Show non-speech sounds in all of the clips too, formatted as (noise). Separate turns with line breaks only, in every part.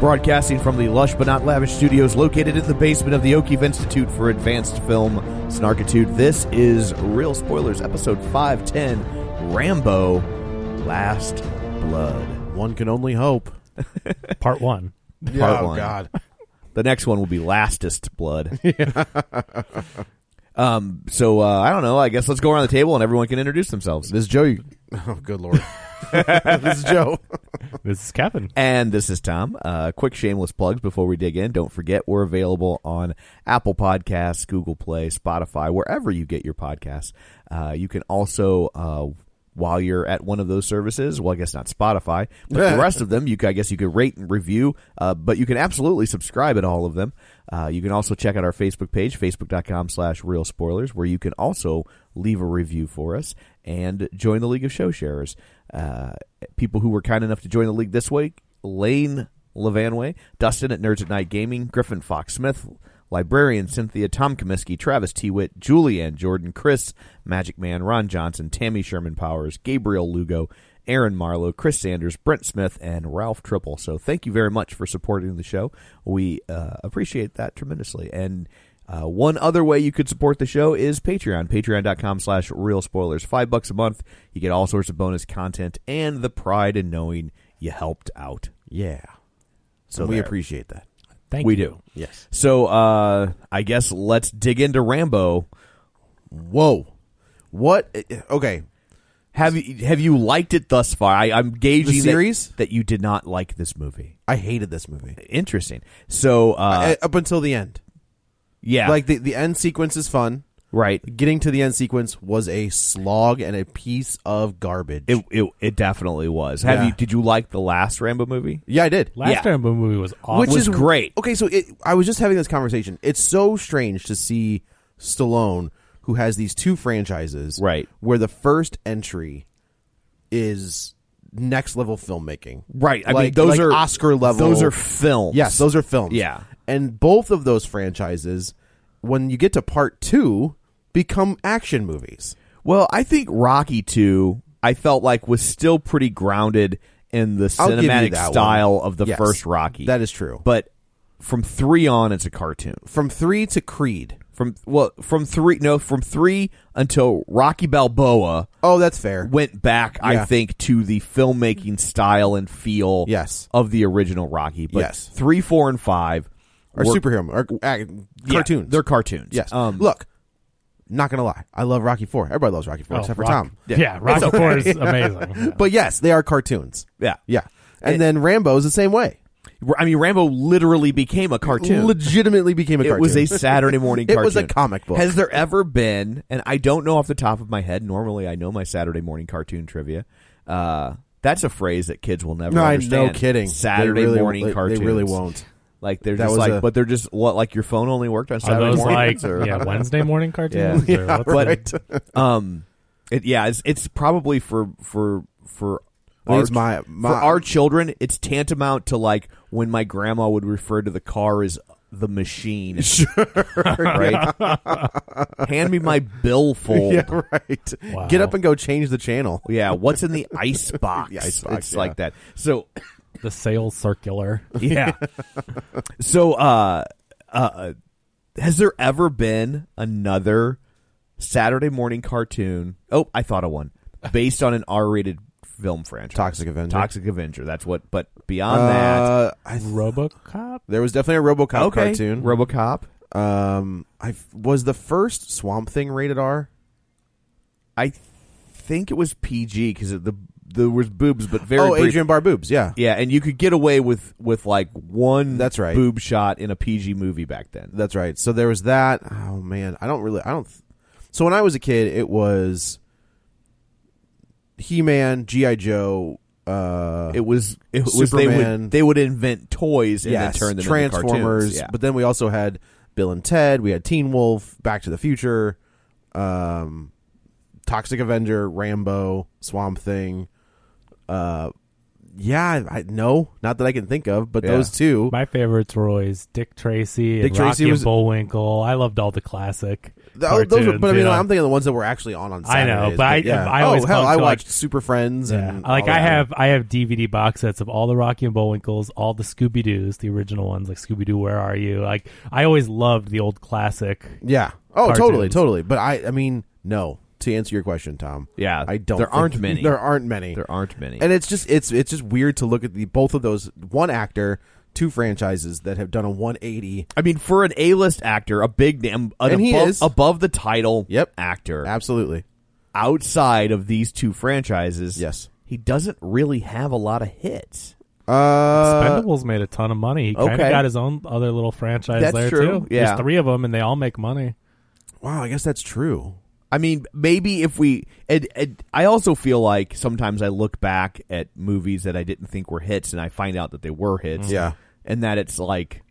Broadcasting from the lush but not lavish studios located in the basement of the O'Keefe Institute for Advanced Film Snarkitude, this is Real Spoilers, episode 510 Rambo Last Blood.
One can only hope. (laughs) Part one.
Part one.
Oh God!
The next one will be Lastest
(laughs)
Blood. um, so, uh, I don't know. I guess let's go around the table and everyone can introduce themselves.
This is
(laughs)
Joe.
Oh good lord!
(laughs) this is Joe. this is Kevin.
And this is Tom. Uh, quick shameless plugs before we dig in. Don't forget we're available on Apple Podcasts, Google Play, Spotify, wherever you get your podcasts. Uh, you can also, uh, while you're at one of those services, well, I guess not Spotify, but the rest of them, you c- I guess you could rate and review. Uh, but you can absolutely subscribe at all of them. Uh, you can also check out our Facebook page, facebook.com/slash Real Spoilers, where you can also leave a review for us and join the League of Show Sharers. Uh, people who were kind enough to join the league this week Lane Levanway, Dustin at Nerds at Night Gaming, Griffin Fox Smith, Librarian Cynthia, Tom Comiskey, Travis T. Witt, Julianne Jordan, Chris, Magic Man, Ron Johnson, Tammy Sherman Powers, Gabriel Lugo, Aaron Marlowe, Chris Sanders, Brent Smith, and Ralph Triple. So thank you very much for supporting the show. We uh, appreciate that tremendously. And uh, one other way you could support the show is Patreon. Patreon.com slash real spoilers. Five bucks a month. You get all sorts of bonus content and the pride in knowing you helped out.
Yeah.
So
we
there.
appreciate that.
Thank
we do.
Yes.
So uh, I guess let's dig into Rambo.
Whoa. What? Okay.
Have you have you liked it thus far? I, I'm gauging
The
that-
series?
that, you did not like this movie.
I hated this movie
Interesting. So uh,
I- up until the end.
yeah,
Like the the end sequence is fun.
right.
Getting to the end sequence was a slog and a piece of garbage.
It, it it definitely was. Have
Yeah.
you did you like the last Rambo movie?
yeah, I did.
Last Yeah.
Rambo movie was
Which was great.
Okay, so it, I was just having this conversation. It's so strange to see Stallone, who has these two franchises,
Right.
Where the first entry is next level filmmaking,
Right. I mean,
Like-
those
like
are
Oscar level.
Those are films.
Yes, those are films.
Yeah.
and both of those franchises, when you get to part two, become action movies.
Well, I think Rocky Two, I felt like was still pretty grounded in the
I'll give you
cinematic
that
style
one.
of the
Yes.
first Rocky.
That is true.
But from three on, it's a cartoon.
From three to Creed.
From well, from three no, from three until Rocky Balboa
Oh, that's fair.
went back, I
Yeah.
think, to the filmmaking style and feel
Yes.
of the original Rocky. But
Yes.
three, four, and five
or
were-
superhero or uh,
yeah,
cartoons.
they're cartoons.
Yes.
Um,
Look, not gonna lie, I love Rocky Four. Everybody loves Rocky Four except for Tom.
Oh, (laughs) Yeah,
(laughs)
Rocky Four is amazing.
But yes, they are carto's.
Yeah.
Yeah, and then Rambo is the same way.
I mean, Rambo literally became a cartoon.
Legitimately became a
it
cartoon.
was a Saturday morning
(laughs) It
cartoon.
was a comic book.
Has there ever been, and I don't know off the top of my head, normally I know my Saturday morning cartoon trivia. Uh, that's a phrase that kids will never
no, I-
understand.
no kidding. They
Saturday
really-
morning
they-
cartoons.
They really won't.
Like they're
That
just
was
like,
a-
but they're just what like your phone only worked on Saturday mornings. or, (laughs)
Wednesday morning
cartoons
Yeah,
but um, it, yeah, it's, it's probably for for for
Well,
Our-
it's my- my-
for our children, it's tantamount to like when my grandma would refer to the car as
(laughs)
the machine. Sure, right. Hand me my billfold.
Yeah, right.
Wow.
Get up and go change the channel.
Yeah, what's in the ice
(laughs)
box?
The ice box,
it's
yeah.
like that. So
The sales circular.
yeah. so uh uh has there ever been another Saturday morning cartoon? Oh, I thought of one based on an R-rated film franchise.
Toxic Avenger.
Toxic Avenger. That's what but beyond that.
Uh, I th-
RoboCop.
there was definitely a RoboCop
okay.
cartoon.
RoboCop.
um, I f- was the first Swamp Thing rated R.
I think it was PG cuz the there was boobs but very
oh,
brief.
Adrian Barr boobs. Yeah,
Yeah, and you could get away with with like one
That's right.
boob shot in a PG movie back then.
that's right. So there was that. Oh man, I don't really. I don't. th- so when I was a kid, it was He Man, GI Joe. Uh,
It was it was they
Superman.
would they would invent toys and
yes,
then turn them
Transformers.
Into cartoons. Yeah.
But then we also had Bill and Ted. We had Teen Wolf, Back to the Future, um, Toxic Avenger, Rambo, Swamp Thing. Uh, yeah, I, I no, not that I can think of, but
Yeah.
those two.
My favorites were always Dick Tracy,
Dick
and
Tracy
Rocky
was-
and Bullwinkle. I loved all the classic.
Th- those were,
cartoons,
but I
you
mean,
know?
I'm thinking the ones that were actually on on
I
Saturdays.
know, but I-
yeah.
I
oh
always
hell,
clung
I
to, like-
watched Super Friends
Yeah.
and
Like
all
I
that.
have I have DVD box sets of all the Rocky and Bullwinkles, all the Scooby Doo's, the original ones like Scooby Doo, Where Are You? Like I always loved the old classic.
Yeah. Oh,
Cartoons.
totally, totally. But I, I mean, no. To answer your question, Tom.
Yeah,
I don't.
there
think-
aren't
(laughs)
many.
There aren't many.
there aren't many.
and it's just it's it's just weird to look at the both of those one actor two franchises that have done a 180
I mean, for an A-list actor, a big name, an
And he
above,
is.
above the title
Yep.
actor,
absolutely
outside of these two franchises,
Yes.
he doesn't really have a lot of hits.
uh
Spendables made a ton of money. He kind
okay.
of got his own other little franchise
That's
there
true,
too.
yeah.
There's three of them, and they all make money.
wow i guess that's true
I mean, maybe if we, and, and I also feel like sometimes I look back at movies that I didn't think were hits, and I find out that they were hits.
Mm-hmm. Yeah.
and that it's like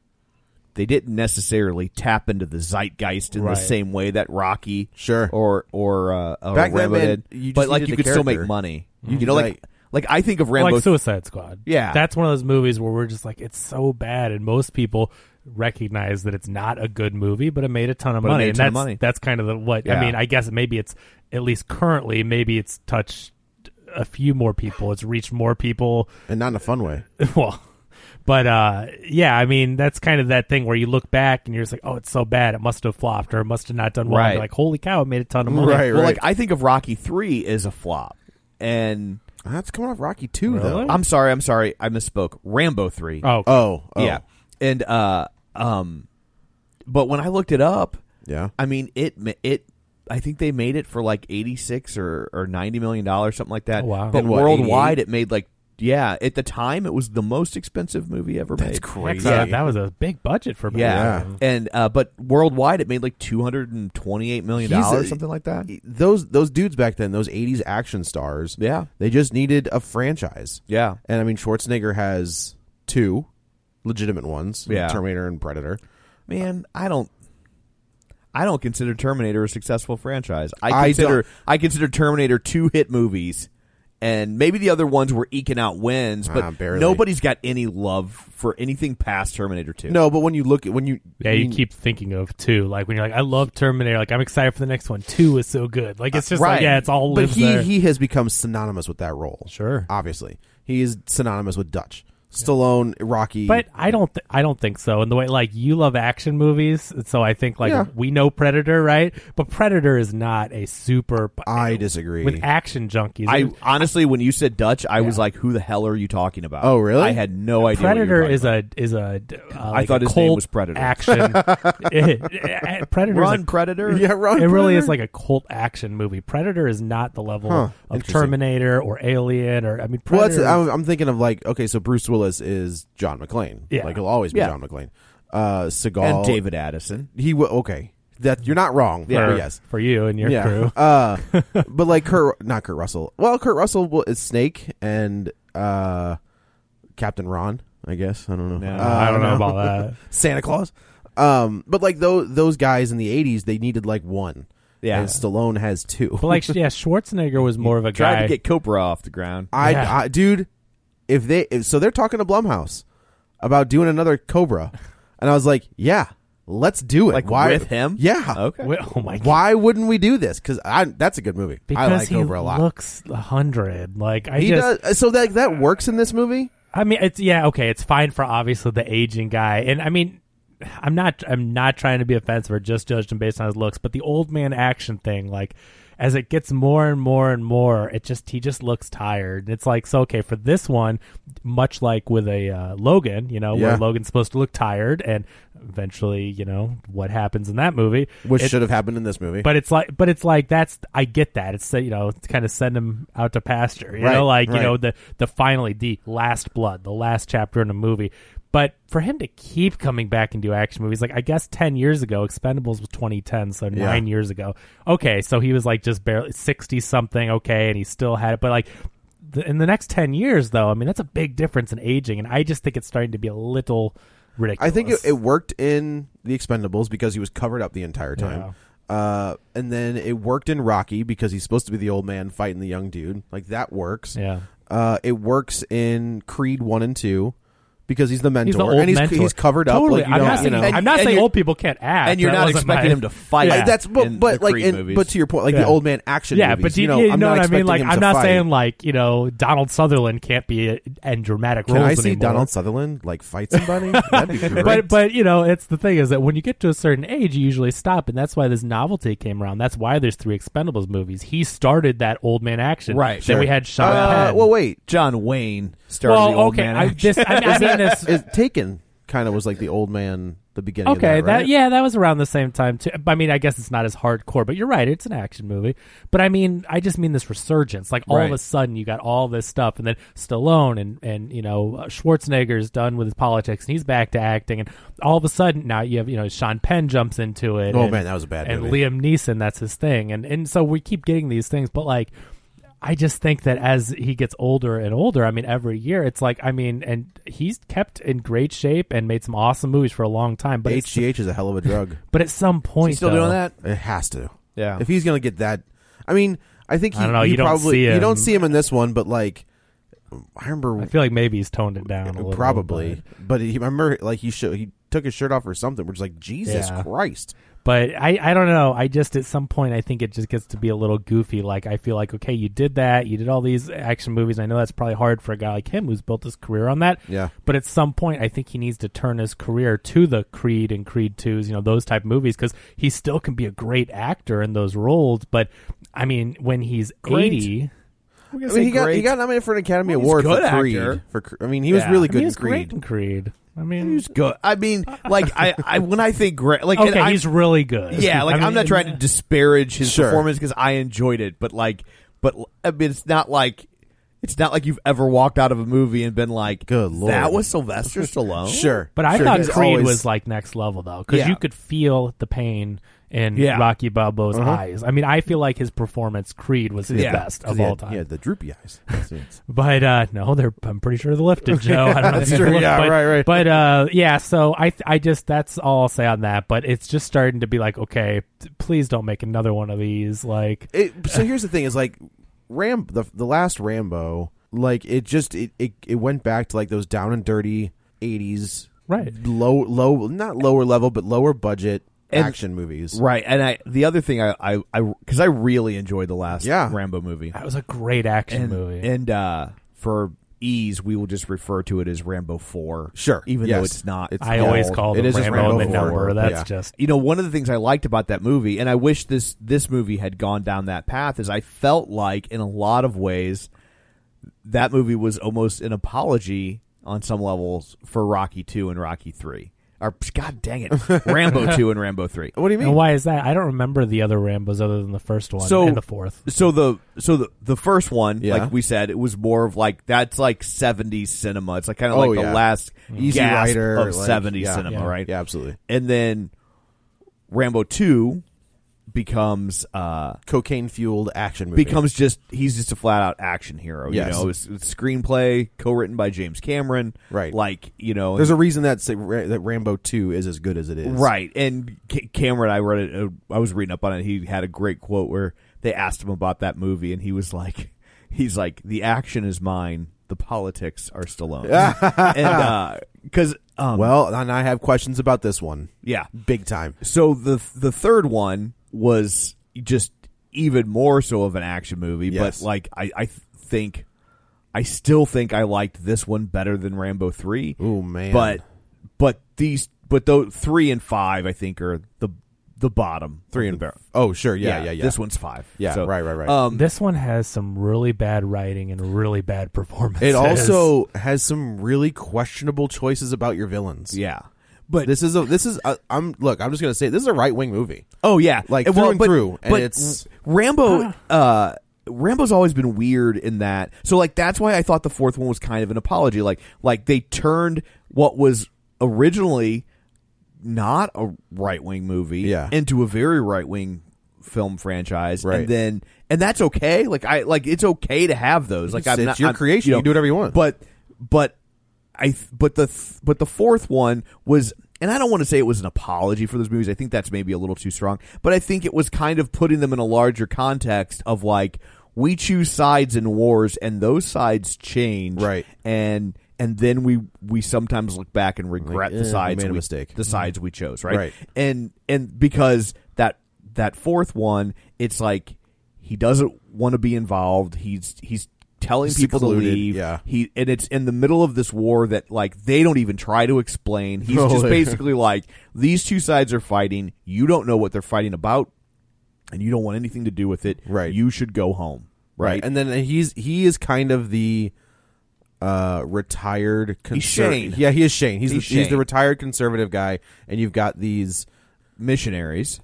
they didn't necessarily tap into the zeitgeist in
Right.
the same way that Rocky,
Sure.
or or uh, or
Back then,
Rambo
man,
did.
you just
but like
needed
you
the
could still
character.
make money.
You
You know, like
like-
like I think of Rambo.
like Suicide Squad.
Yeah.
That's one of those movies where we're just like, it's so bad, and most people recognize that it's not a good movie, but it made a ton of
But it
money.
made a
and
ton
that's
of money.
that's kind of the what
Yeah.
I mean. I guess maybe it's at least currently, maybe it's touched a few more people. It's reached more people.
and not in a fun way
(laughs) well. But uh, yeah, I mean that's kind of that thing where you look back and you're just like, oh, it's so bad, it must have flopped or it must have not done well. And
Right.
you're like, holy cow, it made a ton of money.
Right,
well, like I think of Rocky Three as a flop, and
that's coming off rocky 2
Really?
though
I'm sorry, I'm sorry, I misspoke. Rambo Three.
Oh,
oh, oh
yeah, and uh, um, but when I looked it up,
yeah
I mean it ma- it. I think they made it for like eighty six or, or ninety million dollars, something like that.
Oh, wow.
But
And
what,
worldwide, it made like yeah. At the time, it was the most expensive movie ever made.
heck,
crazy
that- that was a big budget for me.
Yeah.
Yeah.
and uh, but worldwide, it made like two hundred and twenty eight million
He's a-
dollars, something like that.
those those dudes back then those 80s action stars
Yeah.
they just needed a franchise
Yeah,
and i mean schwarzenegger has two legitimate ones
Yeah.
terminator and predator
man, I don't. I don't consider Terminator a successful franchise. I
I
consider
don't-
I, consider Terminator two hit movies, and maybe the other ones were eking out wins, but
Ah, barely.
nobody's got any love for anything past Terminator two.
no but when you look at when you
Yeah,
I
you
mean,
keep thinking of two. Like when you're like, I love Terminator. Like I'm excited for the next one. Two is so good. Like it's just
right.
like yeah, it's all
but
lives
he
there.
he has become synonymous with that role.
Sure.
obviously he is synonymous with Dutch Stallone, Rocky.
but I don't th- I don't think so. And the way like you love action movies, and so I think like
Yeah.
we know Predator, right? But Predator is not a super
I disagree.
with action junkies.
I honestly, when you said Dutch, I was like, "Who the hell are you talking about?"
Oh, really?
I had no idea. what you were
Predator
talking
is
about.
a is a. d- Uh, like
thought
a
his name
cult
was Predator.
Action. (laughs) Predator.
(laughs) run
is a,
Predator.
yeah, Ron
it really
Predator?
is like a cult action movie. Predator is not the level
Huh,
of
interesting.
Terminator or Alien or I mean
Well, that's,
Predator.
I'm, I'm thinking of like okay, so Bruce Willis is John McClane.
Yeah.
like he'll always be
Yeah.
John McClane. Uh, Seagal
and David Addison.
He w- okay. That you're not wrong.
for,
but yes.
for you and your
yeah.
(laughs)
crew.
Uh, (laughs) but like Kurt, not Kurt Russell. Well, Kurt Russell wa- is Snake and uh, Captain Ron. I guess I don't know.
No,
Uh,
I don't know about that.
Santa Claus. Um, but like those those guys in the '80s, they needed like one,
Yeah.
and Stallone has two.
But
(laughs)
like, yeah, Schwarzenegger was more of a
Tried
guy.
to get Copra off the ground.
I,
Yeah.
I dude, if they if, so they're talking to Blumhouse about doing another Cobra, and I was like, yeah, let's do it.
Like
Why
with him?
Yeah.
Okay.
Wait, oh my god!
Why wouldn't we do this? Because I that's a good movie.
Because
I like
he
Cobra a lot.
looks a hundred. Like I
he
just,
does. So that that works in this movie.
I mean, it's yeah, okay, it's fine for obviously the aging guy, and I mean, I'm not, I'm not trying to be offensive or just judge him based on his looks, but the old man action thing, like, as it gets more and more and more, it just he just looks tired, and it's like, so okay, for this one, much like with a uh, Logan, you know,
Yeah.
where Logan's supposed to look tired, and eventually, you know, what happens in that movie,
Which
it-
should have happened in this movie.
but it's like, but it's like that's I get that. It's you know, it's kind of send him out to pasture. You
Right,
know, like
right.
you know the the finally the last blood, the last chapter in a movie. But for him to keep coming back and do action movies, like I guess ten years ago, Expendables was 2010, so
Yeah.
nine years ago. Okay, so he was like just barely 60 something. Okay, and he still had it, but like. The, in the next 10 years though i mean that's a big difference in aging and i just think it's starting to be a little ridiculous
I think it, it worked in The Expendables because he was covered up the entire time. Uh, and then it worked in Rocky because he's supposed to be the old man fighting the young dude. Like that works.
yeah
Uh, it works in Creed one and two because he's the mentor
He's the old
and he's,
mentor.
he's covered
totally.
up. Like, you
I'm
don't-
not
you
saying,
know,
I'm not
and
saying
you're-
old people can't act.
and you're
That
not
wasn't
expecting
my- (laughs)
him to fight.
Yeah.
Like, that's
in
but,
the
but like
Creed
in,
movies.
but to your point, like
Yeah.
the old man action.
yeah,
movies,
but do
you
you,
know,
you
I'm
know what
not
I mean?
expecting
Like,
him
I'm
to
not
fight.
saying like you know Donald Sutherland can't be in dramatic
Can
roles
I see
anymore.
Donald Sutherland like
(laughs)
fight somebody? That'd be great.
but but you know it's the thing is that when you get to a certain age you usually stop and that's why this novelty came around that's why there's three expendables movies he started that old man action
Right,
then
sure.
we had Sean
uh,
Penn
well, wait,
John Wayne started
well
the old
okay
man.
I,
action.
this,
(laughs)
I, I mean
(laughs)
this
is Taken kind of was like the old man the beginning. of
Okay,
that, right?
yeah, that was around the same time too. I mean, I guess it's not as hardcore, but you're right, it's an action movie. But I mean, I just mean this resurgence. Like all of a
Right.
sudden, you got all this stuff, and then Stallone and and you know uh, Schwarzenegger's done with his politics, and he's back to acting, and all of a sudden now you have you know Sean Penn jumps into it.
Oh,
and-
man, that was a bad
And
movie.
Liam Neeson, that's his thing, and and so we keep getting these things, but like. I just think that as he gets older and older, I mean, every year it's like, I mean, and he's kept in great shape and made some awesome movies for a long time. But it's-
HGH is a hell of a drug.
but at some (laughs) point,
He's still
though-
doing that?
It has to.
Yeah.
If he's gonna get that, I mean, I think he,
I don't know,
he
you don't
probably
see
you
him.
don't see him in this one, but like, I remember
I feel like maybe he's toned it down a little.
probably, but he, I remember like he sho- he took his shirt off or something. We're just like Jesus
Yeah.
Christ.
but, but I, I don't know. I just at some point I think it just gets to be a little goofy. Like I feel like okay, you did that, you did all these action movies. I know that's probably hard for a guy like him who's built his career on that.
Yeah.
But at some point, I think he needs to turn his career to the Creed and Creed Twos, you know, those type movies, because he still can be a great actor in those roles. But I mean, when he's
Great.
eighty,
I
I mean, he got he got nominated for an Academy
Well,
Award
he's a good
for Creed.
actor.
For Cre- I mean, he was
Yeah.
really
I
good
mean,
in
he's great
Creed.
in Creed. I mean,
He's good. I mean, like I, I when I think great, like and
okay,
I'm-
he's really good.
yeah, like
I
I am
mean,
not trying to disparage his
Sure.
performance because I enjoyed it, but like, but I mean, it's not like it's not like you've ever walked out of a movie and been like,
Good lord.
that was Sylvester Stallone."
Sure,
But I
sure,
thought
he's
Creed
always-
was like next level though, because
Yeah.
you could feel the pain in
Yeah.
Rocky Balboa's eyes. I mean, I feel like his performance Creed was his
Yeah,
best
'cause
of
he
all
had-
time.
He had the droopy eyes.
(laughs)
But uh, no, they're I'm pretty sure they're lifted, Joe. I don't know if
That's
they're
true.
lifted,
Yeah,
but,
right, right.
But uh, yeah, so I I just that's all I'll say on that. But it's just starting to be like, okay, t- please don't make another one of these. Like,
it, so here's the thing is like Ram the, the last Rambo like it just it, it it went back to like those down and dirty 80s
Right.
low low not lower level but lower budget
And-
action movies
Right, and I the other thing I I because I, really enjoyed the last
Yeah.
Rambo movie,
that was a great action
and
movie.
and uh, for ease we will just refer to it as Rambo Four.
Sure,
even though
yes.
it's not.
It's
I always
called-
call
it
them
is just
Rambo,
Rambo
the
four.
number. That's
Yeah.
just
you know one of the things i liked about that movie and i wish this this movie had gone down that path is i felt like in a lot of ways that movie was almost an apology on some levels for rocky 2 and rocky 3 or god dang
(laughs)
it rambo 2 and rambo 3
what do you mean
And why is that? I don't remember the other Rambos other than the first one
So-
and the fourth.
so the so the the first one
Yeah.
like we said it was more of like that's like 70s cinema it's like kind of
Oh,
like
yeah. Mm-hmm.
the last
Easy
gasp
Rider,
of
like,
70s
yeah,
cinema
yeah.
right
yeah absolutely
and then Rambo two becomes uh,
cocaine fueled action movie.
becomes just he's just a flat out action hero.
Yes.
You know, it's, it's screenplay co-written by James Cameron.
Right.
Like you know,
There's a reason that that Rambo Two is as good as it is.
Right. And C- Cameron, I read it. Uh, I was reading up on it. He had a great quote where they asked him about that movie, and he was like, (laughs) "He's like, the action is mine. The politics are Stallone." and because, um,
Well, and I have questions about this one,
yeah.
big time.
So the the third one was just even more so of an action movie,
Yes.
but like I I think I still think I liked this one better than Rambo three.
Ooh, man.
But but these but though three and five I think are the the bottom
Three
of
and
the barrel.
oh, sure, yeah, yeah, yeah.
This one's five.
Yeah,
So,
right, right, right.
Um,
This one has some really bad writing and really bad performances. (laughs)
it also has some really questionable choices about your villains.
yeah, but
This is a this is a, I'm look I'm just gonna say this is a right wing movie.
Oh yeah,
Like,
And
through
well,
and
but-
through, and
but
it's-
Rambo. Uh, Rambo's always been weird in that. So like that's why I thought the fourth one was kind of an apology. Like like they turned what was originally not a right wing movie
Yeah.
into a very right wing film franchise,
Right.
and then and that's okay. Like I like it's okay to have those. Like
It's-
I'm
it's
not,
your
I'm-
creation. You do whatever you want.
But but I th- but the th- but the fourth one was and I don't want to say it was an apology for those movies. I think that's maybe a little too strong, but I think it was kind of putting them in a larger context of like we choose sides in wars and those sides change.
Right.
And and then we we sometimes look back and regret
eh,
the
we
sides
made a
we-
mistake. Mm-hmm.
The sides we chose, right?
Right.
And and because that that fourth one, it's like he doesn't want to be involved. He's he's telling people to
Secluded,
leave.
yeah.
He and it's in the middle of this war that like they don't even try to explain. He's
No, (laughs)
just
they-
basically like these two sides are fighting. You don't know what they're fighting about, and you don't want anything to do with it.
Right.
You should go home. Right.
And then he's he is kind of the uh retired
Shane.
conservative. Yeah, he is Shane. He's
He's
the, he's the
Shane.
retired conservative guy, and you've got these
missionaries.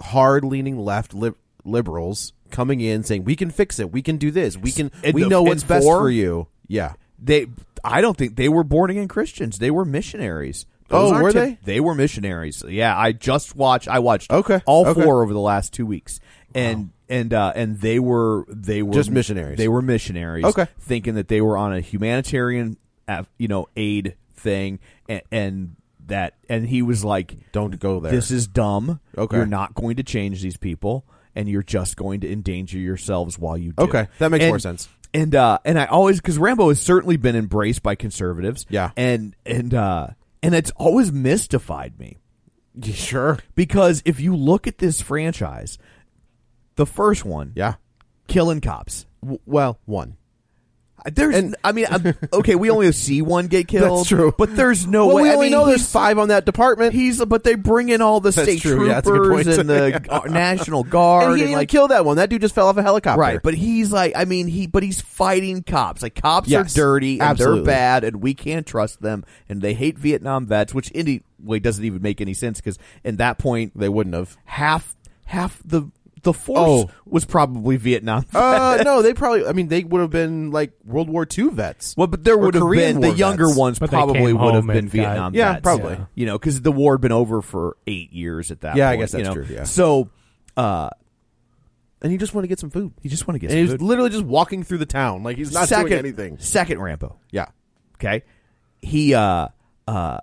hard leaning left lib- liberals coming in saying we can fix it, we can do this, we can
And
we
the-
know
and
what's best
four-
for you. Yeah,
They I don't think they were born again Christians. They were missionaries.
Oh,
aren't
were
typ-
they?
They were missionaries. Yeah, I just watched. I watched
Okay,
all
okay.
four over the last two weeks, and and uh, and they were they were
Just missionaries.
They were missionaries.
Okay.
thinking that they were on a humanitarian, uh, you know, aid thing, and, and that and he was like,
don't go there.
this is dumb.
Okay.
You're not going to change these people, and you're just going to endanger yourselves while you do.
Okay, that makes
And-
more sense.
And uh, and I always because Rambo has certainly been embraced by conservatives.
Yeah.
and and uh, and it's always mystified me
(laughs) sure.
because if you look at this franchise, the first one,
Yeah.
killing cops.
W- well, one.
There's, I mean,
(laughs)
I'm- okay, we only see one get killed.
Uh, That's true.
but there's no
well,
way.
we
I
only
mean,
know there's
he's-
five on that department.
He's but they bring in all the
That's
state
true.
troopers
Yeah, that's a good point.
and
(laughs)
the
Yeah.
gu- national guard
and he didn't even
like
kill that one. That dude just fell off a helicopter.
Right, but he's like, I mean, he, but he's fighting cops. Like cops
Yes,
are dirty and
absolutely.
they're bad, and we can't trust them, and they hate Vietnam vets, which anyway doesn't even make any sense because at that point
they wouldn't have.
half half the the force
Oh.
was probably Vietnam. vets.
Uh, no, they probably. I mean, they would have been like World War II vets.
well, but there
Or
would have
Korean
been the
War
younger
vets.
ones
But they
probably
came
would have
home
been
and got-
Vietnam.
Yeah,
vets.
probably. Yeah.
You know, because the war had been over for eight years at that.
Yeah, I
point,
guess
you
that's
know?
true, yeah.
So, uh,
and he just wanted to get some food.
you just want to get.
And
some
he was
food.
literally just walking through the town, like he's not
second,
doing anything.
Second Rambo.
Yeah,
Okay. He uh uh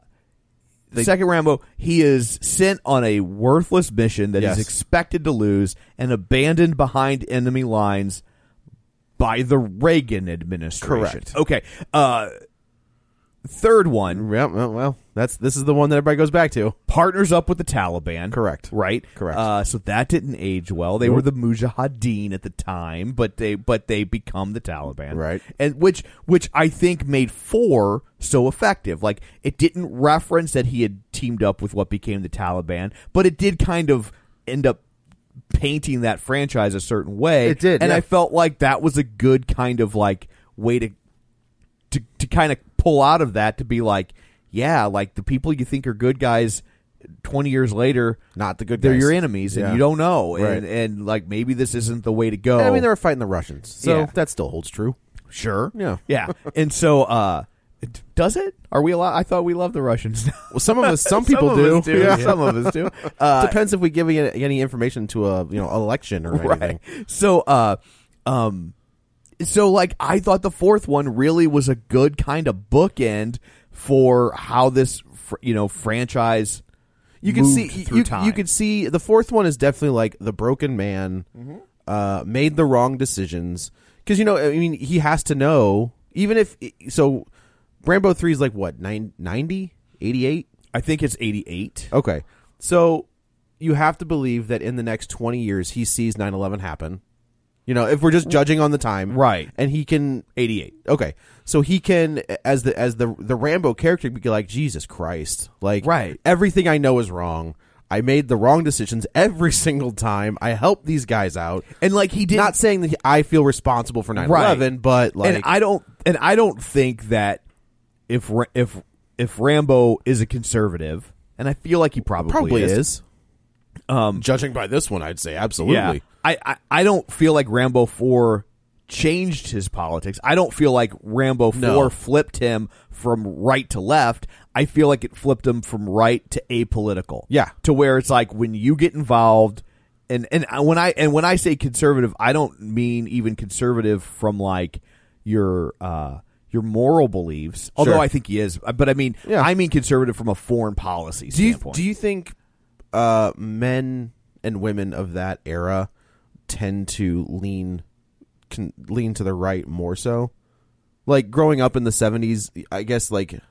the second Rambo, he is sent on a worthless mission that he's
Yes.
expected to lose and abandoned behind enemy lines by the Reagan administration.
Correct.
Okay. Uh third one
yeah. Well, well, that's this is the one that everybody goes back to.
partners up with the Taliban.
Correct.
Right?
Correct.
Uh, so that didn't age well. They were the Mujahideen at the time, but they but they become the Taliban.
Right.
And which which I think made four so effective. Like it didn't reference that he had teamed up with what became the Taliban, but it did kind of end up painting that franchise a certain way.
It did,
And
yeah.
I felt like that was a good kind of like way to to to kind of pull out of that to be like, yeah, like the people you think are good guys, twenty years later,
Not the good
They're
guys.
your enemies, and
Yeah.
you don't know,
Right.
and and like maybe this isn't the way to go.
I mean, they were fighting the Russians, so
Yeah. (laughs)
that still holds true.
sure,
Yeah.
yeah, and so uh, Does it? Are we allowed? I thought we love the Russians. (laughs)
Well, some (laughs) of us, some people
of
do.
us do.
Yeah.
Some of us do.
(laughs)
Uh,
Depends if we give any, any information to a you know election (laughs) or anything.
right. So, uh, um, so like I thought the fourth one really was a good kind of bookend for how this, fr- you know, franchise.
You can
moved
see
through
you,
time.
you could see the fourth one is definitely like the broken man uh, made the wrong decisions because you know I mean he has to know even if so. Rambo three is like what nine- 90? 88?
I think it's eighty eight.
Okay. So you have to believe that in the next 20 years, he sees 9 11 happen. You know, if we're just judging on the time.
Right.
And he can. 88. Okay. So he can, as the, as the, the Rambo character, be like, Jesus Christ. Like,
Right.
everything I know is wrong. I made the wrong decisions every (laughs) single time. I helped these guys out.
And like he did
Not saying that I feel responsible for 9 11, but like.
and I don't, and I don't think that if Ra- if if Rambo is a conservative, and I feel like he probably,
probably
is.
is. Um, Judging by this one, I'd say absolutely.
Yeah, I, I I don't feel like Rambo four changed his politics. I don't feel like Rambo four
No.
flipped him from right to left. I feel like it flipped him from right to apolitical.
Yeah.
to where it's like when you get involved. And and I- when I and when I say conservative, I don't mean even conservative from like your uh, your moral beliefs. Although
Sure.
I think he is, but I mean
Yeah.
I mean conservative from a foreign policy
do you,
standpoint.
do you think uh, men and women of that era tend to lean can lean to the right more so like growing up in the 70s i guess like you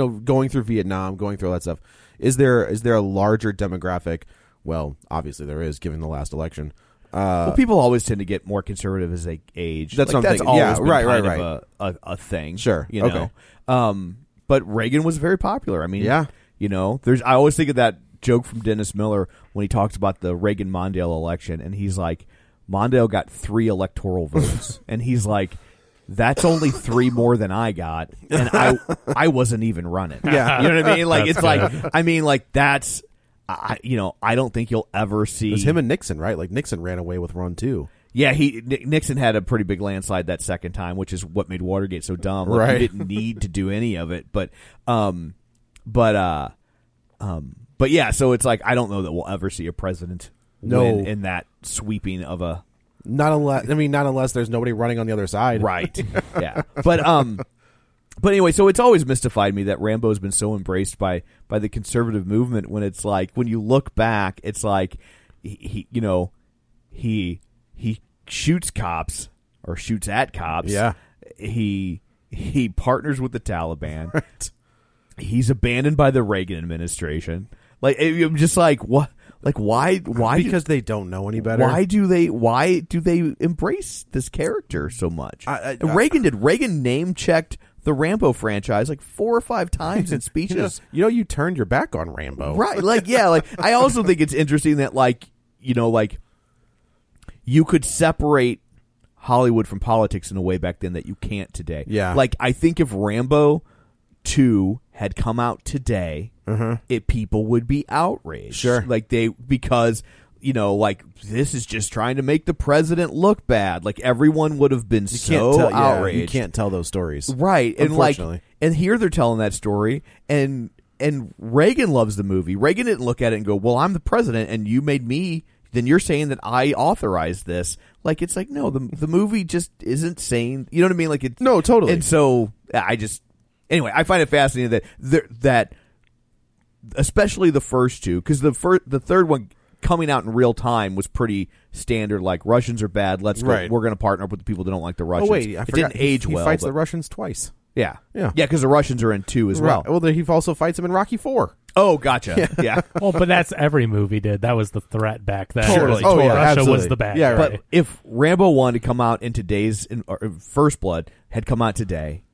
know going through vietnam going through all that stuff is there is there a larger demographic well obviously there is given the last election uh,
Well, people always tend to get more conservative as they age.
That's
Like,
what I'm
that's
thinking.
always
Yeah,
been
right, right,
kind of A, a, a thing.
Sure,
you know.
okay.
Um, but Reagan was very popular. I mean,
Yeah.
you know, there's. I always think of that joke from Dennis Miller when he talks about the Reagan Mondale election, and he's like, Mondale got
(laughs)
three electoral votes, and he's like. That's only three more than I got, and I I wasn't even running. Yeah, you know what I mean. Like it's like I mean like that's I I- you know I don't think you'll ever see
it was him and nixon right like nixon ran away with run two
yeah, he Ni- Nixon had a pretty big landslide that second time, which is what made Watergate so dumb. Like,
Right.
he didn't need to do any of it, but um, but uh, um, but yeah. So it's like I don't know that we'll ever see a president
No.
win in that sweeping of a
not unless i mean not unless there's nobody running on the other side
right. yeah, but um, but anyway, so it's always mystified me that Rambo has been so embraced by by the conservative movement. When it's like when you look back, it's like he, he you know he he shoots cops or shoots at cops.
Yeah.
he he partners with the Taliban. He's abandoned by the Reagan administration. Like I- I'm just like what like why why
because they don't know any better
why do they? Why do they embrace this character so much?
I- I-
And Reagan did. Reagan name checked the Rambo franchise like four or five
(laughs)
times in speeches.
You know, you turned your back on Rambo.
Right? Like, yeah. Like, I also think it's interesting that, like, you know, like you could separate Hollywood from politics in a way back then that you can't today.
Yeah.
Like, I think if Rambo two had come out today, it people would be outraged.
Mm-hmm. Sure.
Like they because you know, like this is just trying to make the president look bad. Like everyone would have been
You
so
can't tell, yeah,
outraged.
you can't tell those stories.
Right. And like
Unfortunately.
and here they're telling that story and and Reagan loves the movie. Reagan didn't look at it and go, "Well, I'm the president and you made me then you're saying that I authorized this." Like it's like, "No, the the movie just isn't saying, you know what I mean? Like it
No, totally.
And so I just anyway, I find it fascinating that there, that especially the first two cuz the first the third one coming out in real time was pretty standard like Russians are bad. Let's go.
Right.
We're going to partner up with the people that don't like the Russians.
Oh wait, I
it
forgot.
didn't age
he,
well.
He fights
but-
the Russians twice.
yeah,
Yeah.
yeah, because the Russians are in two as well.
Right. Well, then he also fights him in Rocky Four.
Oh, gotcha. Yeah,
(laughs)
well, Oh, but that's every movie did. That was the threat back then. Was
Totally. Oh, yeah,
Russia was
absolutely.
the bad
Yeah,
guy.
but if Rambo one to come out in today's in, or uh, First Blood had come out today,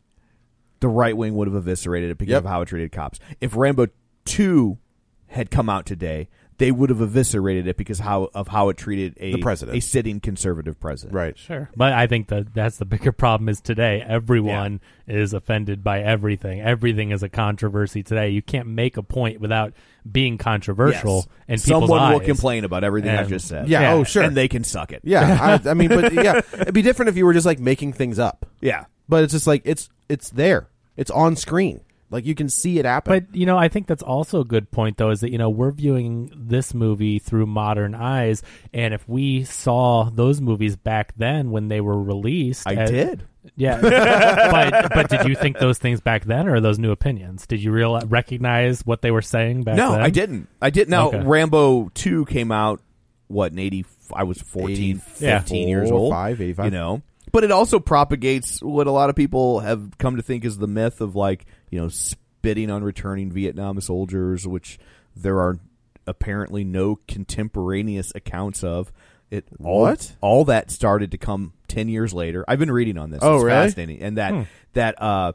the right wing would have eviscerated it because
Yep.
of how it treated cops. If Rambo two had come out today, they would have eviscerated it because how of how it treated a
The president.
a sitting conservative president.
Right.
Sure. But I think that that's the bigger problem is today everyone is offended by everything. Everything is a controversy today. You can't make a point without being controversial and
Someone will complain about everything I've
And-
just said.
Yeah,
Yeah.
Oh, sure.
and they can suck it.
yeah. I, I
(laughs)
mean, but yeah, it'd be different if you were just like making things up.
yeah.
But it's just like it's it's there. It's on screen. Like you can see it happen.
But you know, I think that's also a good point though, is that you know we're viewing this movie through modern eyes, and if we saw those movies back then when they were released,
I
as-
did. (laughs)
Yeah, but but did you think those things back then, or are those new opinions? Did you real recognize what they were saying back
no,
then?
I didn't. I didn't. Now,
Okay.
Rambo 2 came out, what, in 80, I was 14,
84,
15 years old.
5, 85.
You know? But it also propagates what a lot of people have come to think is the myth of, like, you know, spitting on returning Vietnam soldiers, which there are apparently no contemporaneous accounts of. It all,
What?
all that started to come 10 years later. I've been reading on this.
Oh,
it's
really? Hmm.
fascinating. And that, that, uh,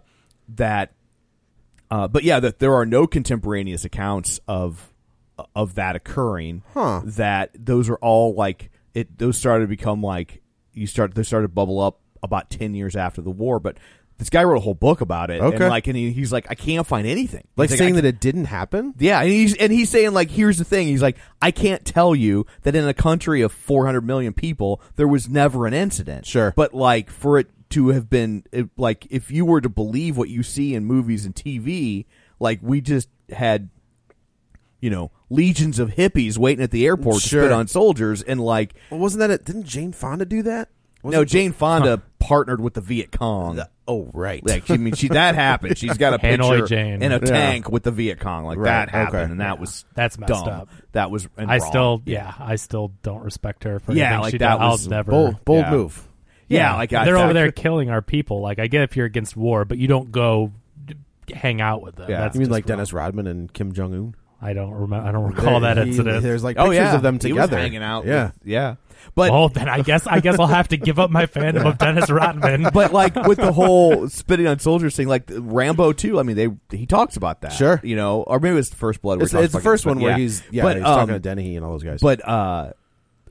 that uh, but yeah, that there are no contemporaneous accounts of of that occurring.
Huh.
That those are all like it. Those started to become like you start. They started to bubble up about ten years after the war. But this guy wrote a whole book about it.
Okay.
And like, and he, he's like, I can't find anything.
like
He's
saying
I
that it didn't happen?
yeah, and he's and he's saying like, here's the thing. He's like, I can't tell you that in a country of 400 million people, there was never an incident.
Sure.
but like for it to have been it, like, if you were to believe what you see in movies and TV, like we just had, you know, legions of hippies waiting at the airport
Sure.
to spit on soldiers, and like,
Well, wasn't that it? Didn't Jane Fonda do that?
no, Jane Fonda partnered with the Viet Cong.
Oh, right.
Like she, I mean, she
(laughs)
that happened. She's got a
Hanoi
picture
Jane.
in a
Yeah.
tank with the Viet Cong. Like
Right,
that happened,
okay.
and that was
That's messed
dumb.
up.
That was and
I
wrong.
still, yeah, I still don't respect her for
Yeah,
anything
like
she
that
did. I'll
was
never.
bold, bold
Yeah.
move.
yeah, like I,
they're
I-
over there killing our people. Like I get if you're against war, but you don't go d- hang out with them.
Yeah.
That's
you mean
just
like
wrong.
Dennis Rodman and Kim Jong Un?
I don't remember. I don't recall that incident. (laughs)
There's like
Oh
pictures
yeah,
of them
He was
together
hanging out.
Yeah,
with- yeah.
(laughs)
But
oh, then I guess I guess I'll have to give up my fandom of Dennis Rodman.
but like with the whole spitting on soldiers thing, like Rambo too. I mean, they he talks about that.
Sure.
you know, or maybe it's the first blood. where he
it's,
talks
it's the
about
first
getting
one where
spit.
he's yeah
but,
he's
um,
talking to Dennehy and all those guys.
But uh,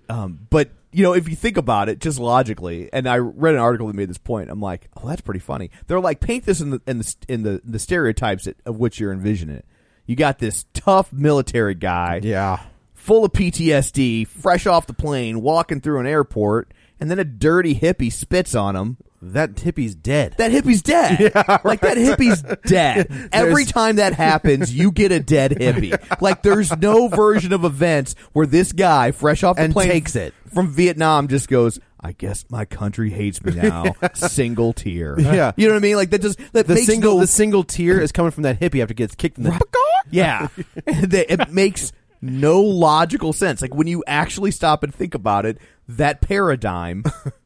um, but you know, if you think about it, just logically, and I read an article that made this point. I'm like, oh, that's pretty funny. They're like, paint this in the in the in the, the stereotypes that, of which you're envisioning it. You got this tough military guy,
yeah,
full of PTSD, fresh off the plane, walking through an airport, and then a dirty hippie spits on him.
that hippie's dead.
That hippie's
(laughs)
dead. Like that hippie's dead. Every
There's-
time that happens, you get a dead hippie.
(laughs)
Like there's no version of events where this guy, fresh off the
And
plane,
takes it.
from Vietnam, just goes. I guess my country
(laughs)
hates me now. Single tear.
Yeah.
you know what I mean. Like that just that
the
makes
single
no
the single tear is coming from that hippie after it gets kicked in the. (laughs)
yeah. (laughs) That- it makes no logical sense. Like when you actually stop and think about it, that
(laughs)
paradigm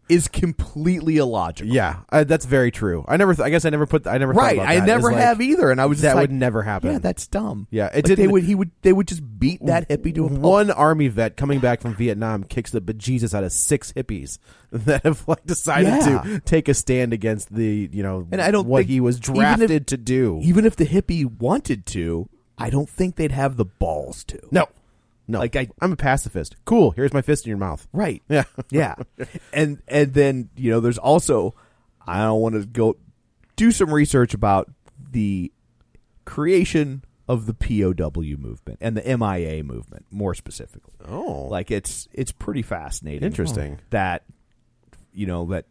is completely illogical.
Yeah, uh, that's very true. I never. Th- I guess I never put. I never.
Right.
Thought about
I
that.
never
It's like-
have e- either. And I was just
that
like,
would never happen.
Yeah, that's dumb.
Yeah, it
Like, They
didn't-
would. He would. They would just beat that hippie to a pulp.
One army vet coming back from Vietnam kicks the bejesus out of six hippies (laughs) that have like decided
Yeah.
to take a stand against the you know
And I don't
what
think-
he was
even if-
drafted to do.
Even if the hippie wanted to, I don't think they'd have the balls to.
no, no.
Like, I-
I'm a pacifist. Cool. Here's my fist in your mouth. (laughs)
Right.
Yeah.
Yeah. and and then, you know, there's also I don't want to go do some research about the creation of the POW movement and the MIA movement more specifically.
Oh.
Like it's it's pretty fascinating.
Interesting.
That you know that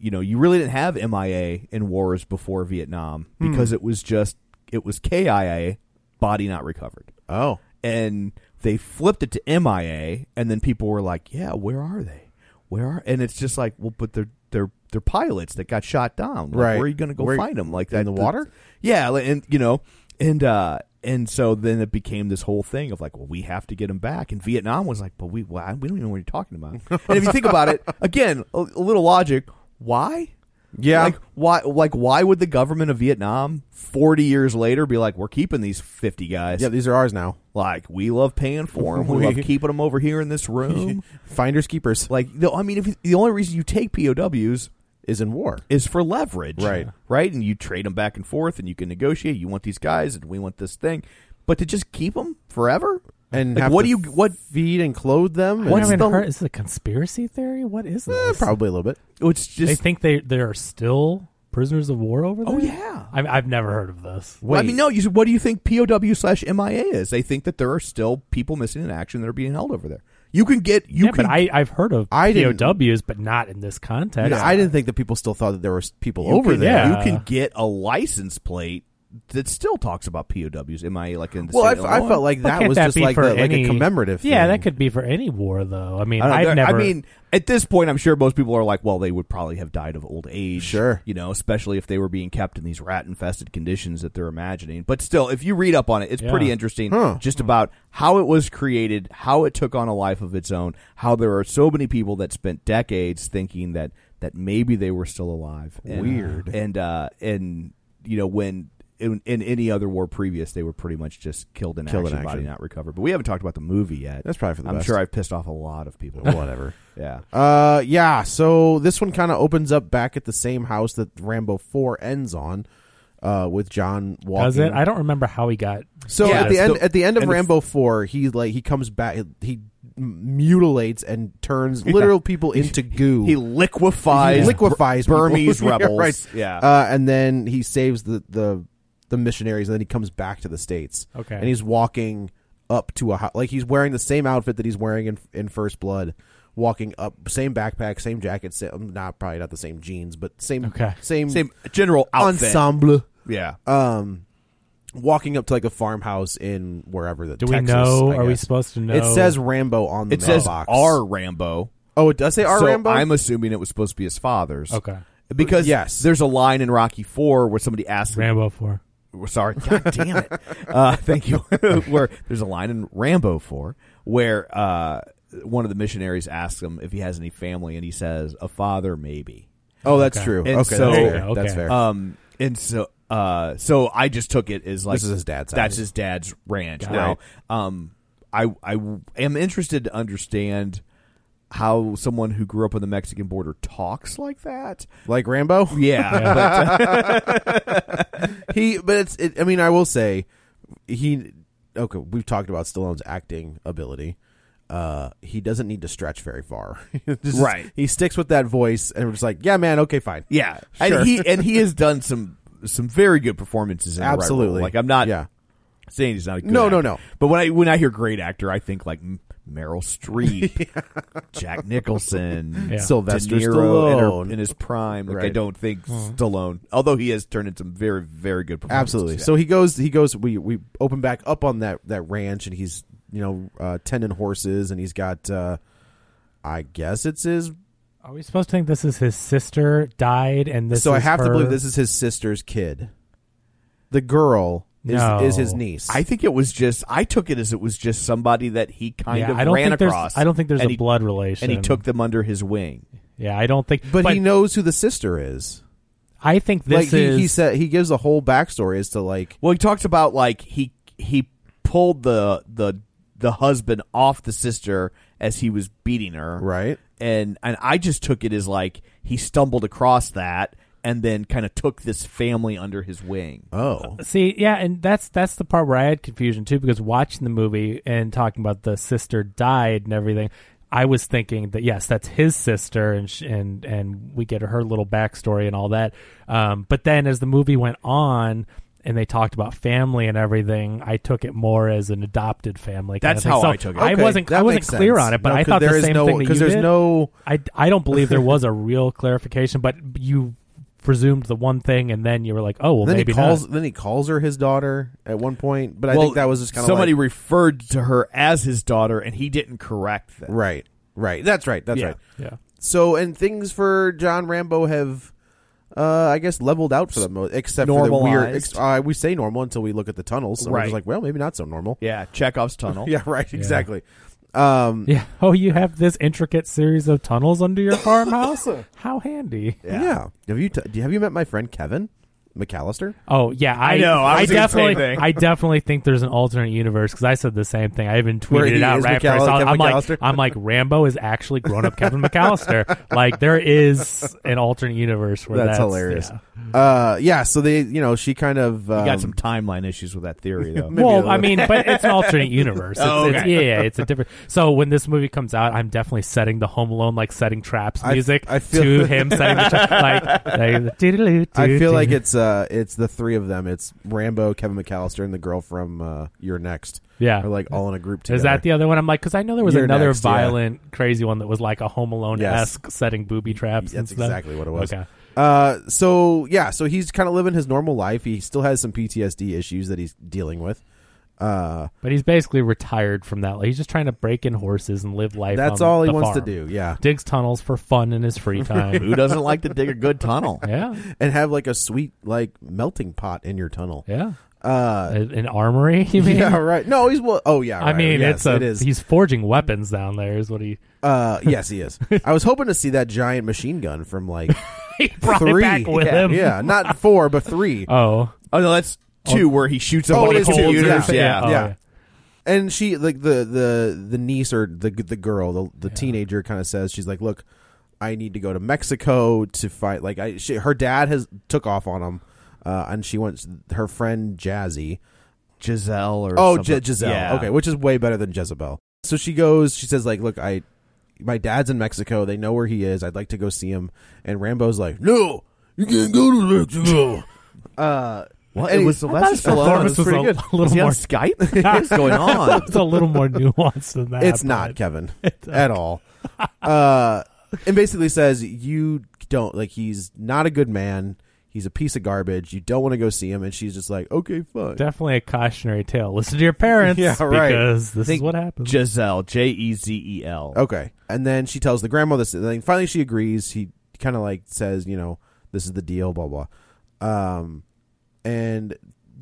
you know, you really didn't have MIA in wars before Vietnam
Hmm.
because it was just it was KIA, body not recovered
Oh.
and they flipped it to MIA, and then people were like, "Yeah, where are they? Where are?" And it's just like, well, but they're they're they're pilots that got shot down. Like,
Right.
Where are you going to go
Where-
find them? Like
in
that
the water?
yeah, like, and you know, and uh, and so then it became this whole thing of like, well, we have to get them back. And Vietnam was like, but we why, we don't even know what you're talking about. and if you think
(laughs)
about it, again, a, a little logic. Why?
Yeah.
Like why? Like why would the government of Vietnam forty years later be like, we're keeping these fifty guys?
Yeah. These are ours now.
Like we love paying for them. We
(laughs) We-
love keeping them over here in this room.
(laughs) Finders keepers
like no, I mean, if the only reason you take POWs
is in war.
is for leverage,
Right.
Right, and you trade them back and forth, and you can negotiate. You want these guys, and we want this thing, but to just keep them forever
And
Like,
have
what
to
do you what?
feed and clothe them. and-
What's
(laughs) What's the-
the, is it a conspiracy theory? What is
Eh,
this?
probably a little bit.
Oh, It's
They
just
think they there are still prisoners of war over there.
oh yeah.
I, I've never heard of this.
Well, I mean, no. You, said, what do you think POW slash MIA is? They think that there are still people missing in action that are being held over there.
You can get you
yeah,
can.
but I I've heard of
I didn't-
POWs, but not in this
you
context.
know, I didn't think that people still thought that there were people
You
over
can-
there.
yeah.
You can get a license plate that still talks about POWs. Am I like in the
Well, I, f-
state of
I
Illinois?
felt like
But
that
can't
was
that
just
be
like
for
the, like a
any-
commemorative.
Yeah,
thing.
that could be for any war, though. I mean,
I, don't know,
I've
there-
never.
I mean, at this point, I'm sure most people are like, well, they would probably have died of old age.
Sure.
You know, especially if they were being kept in these rat infested conditions that they're imagining. But still, if you read up on it, it's
Yeah.
pretty interesting
Huh.
just about how it was created, how it took on a life of its own, how there are so many people that spent decades thinking that, that maybe they were still alive. And,
Weird.
And, uh, and, you know, when. In, in any other war previous, they were pretty much just killed in
Killed in
action, body
action.
not recovered. But we haven't talked about the movie yet.
That's probably for the
I'm
best.
sure I've pissed off a lot of people. Whatever. (laughs) yeah.
Uh, yeah. So this one kind of opens up back at the same house that Rambo Four ends on, uh, with John walking.
does it? I don't remember how he got.
So
Yeah,
at the
it's
end,
the-
at the end of
and the-
Rambo Four, he like he comes back. He, he mutilates and
(laughs)
turns literal people into goo.
He liquefies,
He liquefies
Bur-
people. (laughs)
Burmese
Yeah,
rebels.
right.
Yeah.
Uh, and then he saves the, the the missionaries, and then he comes back to the states.
Okay.
and he's walking up to a hou- like he's wearing the same outfit that he's wearing in in First Blood, walking up, same backpack, same jacket, same, not probably not the same jeans, but same
Okay.
same
same general outfit.
ensemble.
Yeah.
Um, walking up to like a farmhouse in wherever that.
Do we
Texas,
know?
I
Are we
guess.
supposed to know?
It says Rambo on the
it says
mailbox.
R Rambo.
Oh, it does say R
so
Rambo. Oh,
I'm assuming it was supposed to be his father's.
Okay.
Because
Yes.
there's a line in Rocky Four where somebody asks
Rambo Four.
We're sorry. God damn it. Uh, (laughs) thank you. where there's a line in Rambo Four where uh, one of the missionaries asks him if he has any family, and he says a father maybe.
oh, that's
Okay.
true.
And
okay,
so-
that's fair.
Okay.
That's fair.
Um, and so, uh, so I just took it as like
This is his dad's
That's
house.
his dad's ranch.
Got
now,
it.
um, I I w- am interested to understand how someone who grew up on the Mexican border talks like that.
like Rambo. (laughs)
Yeah,
he but it's it, i mean i will say he okay we've talked about stallone's acting ability uh he doesn't need to stretch very far (laughs) Just-
Right.
he sticks with that voice and we're just like yeah man okay fine
yeah,
(laughs) Sure.
and he and he has done some some very good performances. In the right role.
absolutely
like I'm not
yeah
saying he's not a good
No, no,
actor.
no.
But when I when I hear great actor, I think like M-
(laughs)
Meryl Streep, (laughs) Jack Nicholson,
Yeah.
Sylvester
De Niro in her-
Stallone.
in his prime. Like I
Right.
don't think
Mm-hmm.
Stallone, although he has turned in some very very good performances.
absolutely so he goes he goes we we open back up on that that ranch and he's you know uh tending horses and he's got uh i guess it's his
Are we supposed to think this is his sister died and this?
so I
is
have to
her-
believe this is his sister's kid. The girl is,
No.
is his niece.
I think it was just I took it as it was just somebody that he kind
Yeah,
of
I don't
ran
think
across.
there's. I don't think there's
and
a
he-
blood relation.
and he took them under his wing.
Yeah, I don't think.
but, he knows who the sister is.
I think this
like he,
is.
he said, he gives a whole backstory as to like
Well, he talks about like he he pulled the the the husband off the sister as he was beating her.
right.
and and I just took it as like he stumbled across that and then kind of took this family under his wing.
Uh,
Oh,
See, yeah, and that's that's the part where I had confusion too because watching the movie and talking about the sister died and everything, I was thinking that yes, that's his sister and sh- and and we get her little backstory and all that. Um, but then as the movie went on and they talked about family and everything, I took it more as an adopted family. kind of
That's
thing.
how
So
I took it.
I
Okay,
wasn't
that
I wasn't
makes
clear
sense.
on it, but
No,
I
'cause
thought
there
the
is
same
no-
thing that
'cause
you
there's
did.
no-
I I don't believe there was a real clarification, but you presumed the one thing and then you were like, oh well,
then
maybe
he calls.
not.
Then he calls her his daughter at one point. But I think that was just kind of
somebody
like,
referred to her as his daughter, and he didn't correct that.
right, right. That's right. That's
Yeah.
right.
Yeah.
So and things for John Rambo have. Uh, I guess leveled out for the most, except for the weird.
Normalized.
uh, we say normal until we look at the tunnels, and we're just
Right.
like, well, maybe not so normal.
(laughs) Yeah, Chekhov's
(laughs)
tunnel.
Yeah, right. Exactly. Um,
Yeah. Oh, you have this intricate series of tunnels under your farmhouse? How handy.
yeah. Have you t- do- have you met my friend Kevin McAllister?
Oh, yeah. I,
know, I was thinking the
definitely,
same thing.
I definitely think there's an alternate universe because I said the same thing. I even
Where
tweeted it
he
out
is
right after I
McAlli-
saw it.
Kevin
I'm
McAllister?
like, I'm like, Rambo is actually grown up Kevin McAllister. Like, there is an alternate universe where that's,
hilarious.
yeah.
Uh, yeah. So they, you know, she kind of um,
He got some timeline issues with
(laughs)
that theory,
(laughs)
though.
Maybe a
Well,
little.
I mean, but it's an alternate universe. It's,
Oh,
it's- yeah, yeah, it's a different. So when this movie comes out, I'm definitely setting the Home Alone like setting traps
I-
music
(laughs) I feel-
to him setting the traps. Like, like,
I feel like it's uh, uh, it's the three of them. It's Rambo, Kevin McAllister, and the girl from uh, You're Next.
(laughs) Yeah.
are like all in a group together.
Is that the other one? I'm like, because I know there was
You're
another
next, yeah.
violent, crazy one that was like a Home Alone esque setting booby traps. and
That's
stuff.
exactly what it was.
Okay.
Uh, so yeah, so he's kind of living his normal life. He still has some PTSD issues that he's dealing with. Uh,
But he's basically retired from that. Like, he's just trying to break in horses and live life.
that's
on
all he
the
wants to
farm.
do. Yeah,
Digs tunnels for fun in his
(laughs)
free time.
Who doesn't like to dig a good tunnel?
(laughs) yeah.
and have like a sweet like melting pot in
(laughs)
your tunnel.
Yeah.
Uh,
A- An armory, you mean?
yeah, right. No, he's well. Oh yeah,
I
right.
mean,
Yes,
it's a,
it is.
he's forging weapons down there, is what he,
Uh, yes, he
(laughs)
is. I was hoping to see that giant machine gun from like
he brought
three.
it back with
yeah,
him.
yeah,
(laughs)
not four, but three.
Oh,
Oh no, that's two where he shoots up
Oh,
all
it
the
is two,
computers.
yeah.
Yeah.
Oh,
yeah. and she like the the the niece or the the girl the the teenager kind of says she's like look i need to go to mexico to fight like i she, her dad has took off on him uh, and she wants her friend jazzy
Giselle or
oh
something.
Gi- giselle
Yeah.
okay which is way better than jezebel so she goes she says like look i my dad's in mexico they know where he is i'd like to go see him and rambo's like no you can't go to
(laughs)
mexico uh
What?
and
It
he-
was Sylvester Stallone.
performance
It was pretty
was a
good.
(laughs)
little
Was he on
more-
(laughs) Skype? What's going
(laughs)
on?
It's a little more nuanced than that.
it's not
(laughs)
Kevin at all. uh, and basically says you don't like he's not a good man. He's a piece of garbage. You don't want to go see him. And she's just like, okay, fine.
Definitely a cautionary tale. Listen to your parents
(laughs) Yeah, right.
because this is
Think
what happens.
Giselle, J E Z E L.
okay. And then she tells the grandma this. And then finally she agrees. He kind of like says, you know, this is the deal. Blah blah. Um, and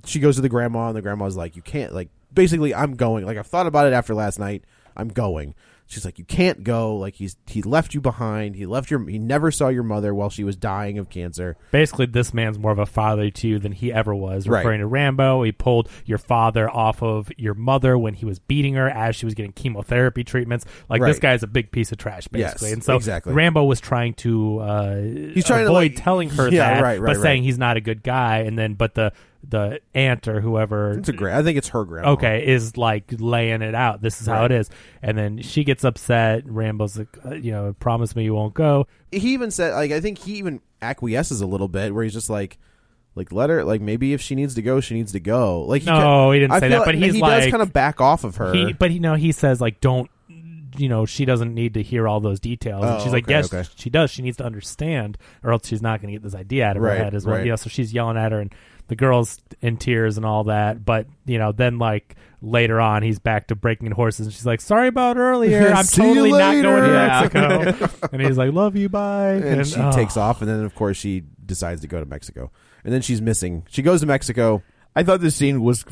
she goes to the grandma, and the grandma's like, you can't like. Basically, I'm going. Like I've thought about it after last night. I'm going. She's like, you can't go. Like he's he left you behind. He left your. He never saw your mother while she was dying of cancer.
Basically, this man's more of a father to you than he ever was.
Right.
Referring to Rambo, he pulled your father off of your mother when he was beating her as she was getting chemotherapy treatments. Like this
Right.
guy's a big piece of trash, basically.
Yes,
and so
exactly.
Rambo was trying to uh,
He's trying to,
avoid
like-
telling her
(laughs) Yeah,
that,
right, right,
but
right.
saying he's not a good guy. And then, but the the aunt or whoever
It's a great. I think it's her grandma.
okay is like laying it out this is how it is and then she gets upset rambo's like uh, you know promise me you won't go
He even said like I think he even acquiesces a little bit where he's just like. Like let her like maybe if she needs to go she needs to go like he
No,
ca-
he didn't
I
say
feel
that, but he's
he does
like-
kind of back off of her
he but you know he says like don't you know she doesn't need to hear all those details and
Oh,
she's like
okay,
yes
okay.
she does she needs to understand or else she's not going to get this idea out of
Right,
her head as well
right.
you know so she's yelling at her and the girl's in tears and all that but you know then like later on he's back to breaking horses and she's like sorry about
(laughs)
earlier i'm
See you
totally not going to
later." (laughs)
mexico and he's like love you bye
and, she
oh.
takes off and then of course she decides to go to mexico and then she's missing she goes to mexico
I thought this scene was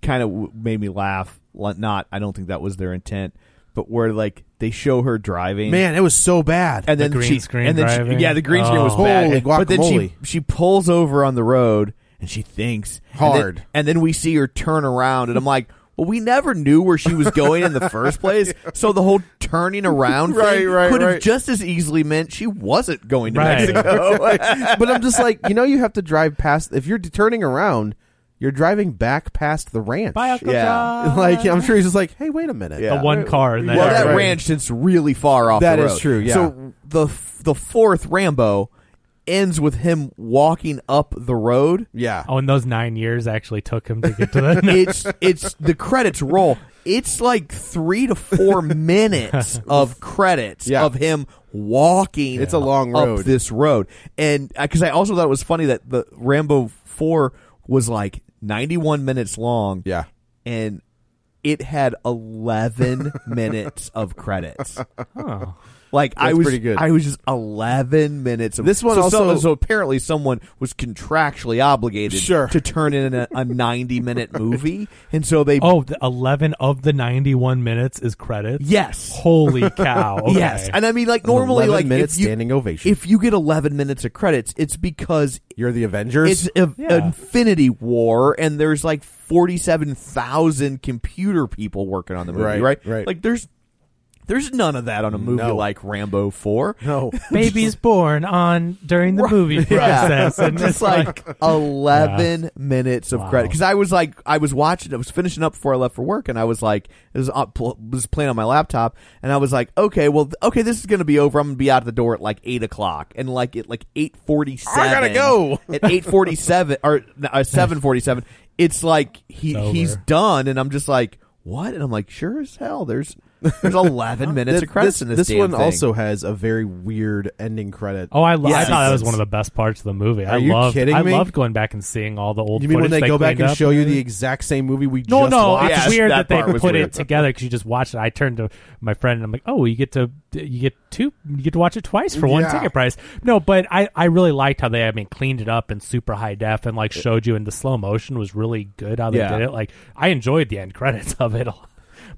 kind of made me laugh. Well, Not, I don't think that was their intent, but where like they show her driving.
man it was so bad
and then
green
she,
screen
and then she-
driving?
yeah, the green screen was
Oh.
bad.
Holy
but then
guacamole. (laughs)
she she pulls over on the road and she thinks and then-
Hard.
and then, we see her turn around, and I'm like. Well, we never knew where she was going
(laughs)
in the first place, so the whole turning around thing
Right, right,
could have
right.
just as easily meant she wasn't going to
Right.
Mexico.
but i'm just like you know you have to drive past if you're turning around you're driving back past the ranch
Bye, Uncle
Yeah.
John.
(laughs) like i'm sure he's just like hey wait a minute
Yeah.
the one car in that,
well, that
area.
right.
ranch is really far off.
That
the
is
road.
true, yeah.
So the the fourth Rambo ends with him walking up
(laughs)
the road.
yeah
Oh, and those nine years actually took him to get to
(laughs)
the.
It's it's the credits roll. It's like three
(laughs)
to four minutes of credits
Yeah.
of him walking.
It's a long road.
up this road, and because I also thought it was funny that the Rambo Four was like ninety one minutes long.
yeah
and it had
(laughs)
11 minutes of credits. Like I
That's
was
pretty good.
I was just 11 minutes of
This one
so,
also-
so, so apparently someone was contractually obligated
Sure.
to turn in a, a
(laughs)
90 minute movie and so they
Oh, the 11 of the 91 minutes is credits?
yes.
Holy
(laughs)
cow. Okay.
Yes. And I mean like
An
normally
11
like
minute
if you,
standing ovation.
If you get 11 minutes of credits it's because
you're the avengers
it's a,
Yeah.
Infinity War, and there's like forty-seven thousand computer people working on the movie,
Right,
right?
right.
Like there's There's none of that on a movie
No.
like Rambo Four.
(laughs) (laughs) No.
Baby's born on during the movie process,
(laughs)
and
just
it's like,
like eleven minutes of
Wow.
credit because I was like, I was watching, I was finishing up before I left for work, and I was like, it was, on- pl- was playing on my laptop, and I was like, okay, well, th- okay, this is gonna be over. I'm gonna be out the door at like eight o'clock, and like at like eight forty seven,
I gotta go.
at eight forty seven or uh, seven forty seven. It's like he
It's over.
he's done, and I'm just like, what? And I'm like, sure as hell, there's
(laughs)
there's eleven minutes of
Th-
credits in this. damn
one
thing.
also has a very weird ending credit.
oh, I, lo- I
Yes.
thought that was one of the best parts of the movie. I
Are you
loved,
kidding
I
me?
loved going back and seeing all the old.
you mean when
footage
they go back
cleaned
and
up
show you
everything?
the exact same movie we
No,
just
no,
watched?
it's
Yes,
weird
that
that, they
part was
put
weird.
it together because you just watch it. I turned to my friend and I'm like, "Oh, you get to you get two, you get to watch it twice for one
Yeah.
ticket price." No, but I I really liked how they I mean cleaned it up in super high def and like showed you in the slow motion was really good how they
Yeah.
did it. Like I enjoyed the end credits of it. a (laughs) lot.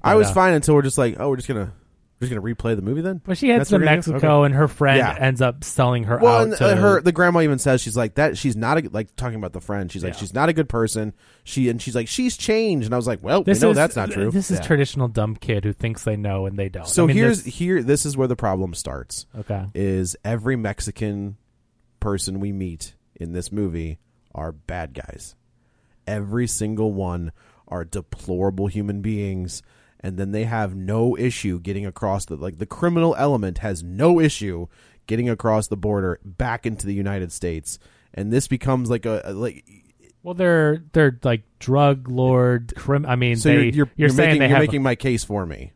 I
But,
was
uh,
fine until we're just like, oh, we're just gonna we're just gonna replay the movie then.
But she heads
That's what
to
we're gonna do?
Mexico
Okay.
and her friend
Yeah.
ends up selling her
Well,
out
and
to
uh, her the grandma even says she's like that. She's not a, like talking about the friend. She's like
Yeah.
she's not a good person. She and she's like she's changed. And I was like, well, we know that's not true.
This is
Yeah.
traditional dumb kid who thinks they know and they don't.
So
I mean,
here's
this-
here this is where the problem starts.
okay.
Is every Mexican person we meet in this movie are bad guys. Every single one are deplorable human beings and then they have no issue getting across the like the criminal element has no issue getting across the border back into the United States and this becomes like a like
Well, they're they're like drug lord. Crim- I mean,
so
they,
you're you're, you're
saying
making
they
you're
have
making my case for me.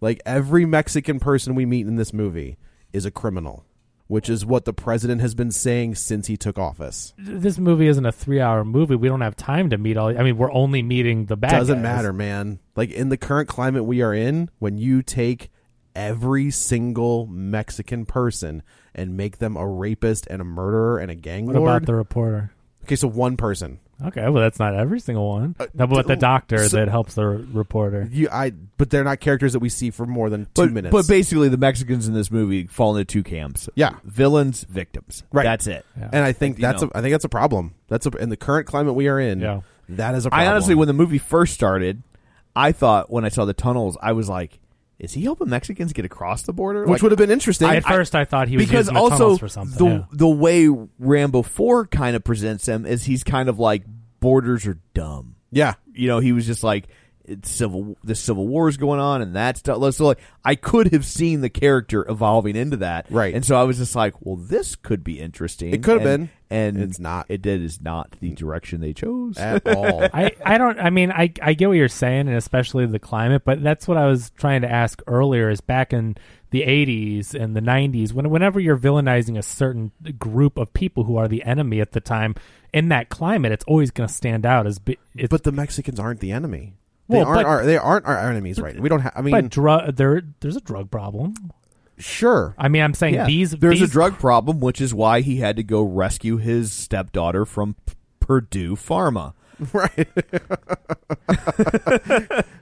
Like every Mexican person we meet in this movie is a criminal, which is what the president has been saying since he took office.
this movie isn't a three-hour movie. We don't have time to meet all. I mean, we're only meeting the bad.
Doesn't
guys.
matter, man. Like in the current climate we are in, when you take every single Mexican person and make them a rapist and a murderer and a gang
What
lord.
about the reporter?
okay, so one person.
Okay, well, that's not every single one.
Uh,
no, but
d-
the doctor
so-
that helps the re- reporter.
You I but they're not characters that we see for more than 2
but,
minutes.
But basically, the Mexicans in this movie fall into two camps.
Yeah.
villains, victims.
Right.
That's it.
and I think
You
that's
know.
a, I think that's a problem. That's a, in the current climate we are in.
Yeah.
That is a
I
problem.
honestly, when the movie first started, I thought when I saw the tunnels, I was like, "Is he helping Mexicans get across the border?"
which
Like,
would have been interesting.
At first, I thought he was
because
using the
also
tunnels for something.
the
yeah.
the way Rambo Four kind of presents him is he's kind of like borders are dumb.
yeah,
You know, he was just like. It's civil. The civil war is going on, and that's so like I could have seen the character evolving into that,
Right.
And so I was just like, "Well, this could be interesting."
It could have
And-
been.
and
It's not. Uh,
It did is not the direction they chose. (laughs)
at all.
I, I don't I mean I, I get what you're saying and especially the climate but that's what I was trying to ask earlier is back in the 80s and the 90s when whenever you're villainizing a certain group of people who are the enemy at the time in that climate it's always going to stand out as be, it's,
but the Mexicans aren't the enemy. They
Well,
aren't
but-
our they aren't our enemies, right? We don't have. I mean,
but drug there there's a drug problem
(laughs)
sure. (laughs)
I mean I'm saying
Yeah.
these
there's
these-
a drug problem, which is why he had to go rescue his stepdaughter from P- Purdue Pharma.
Right.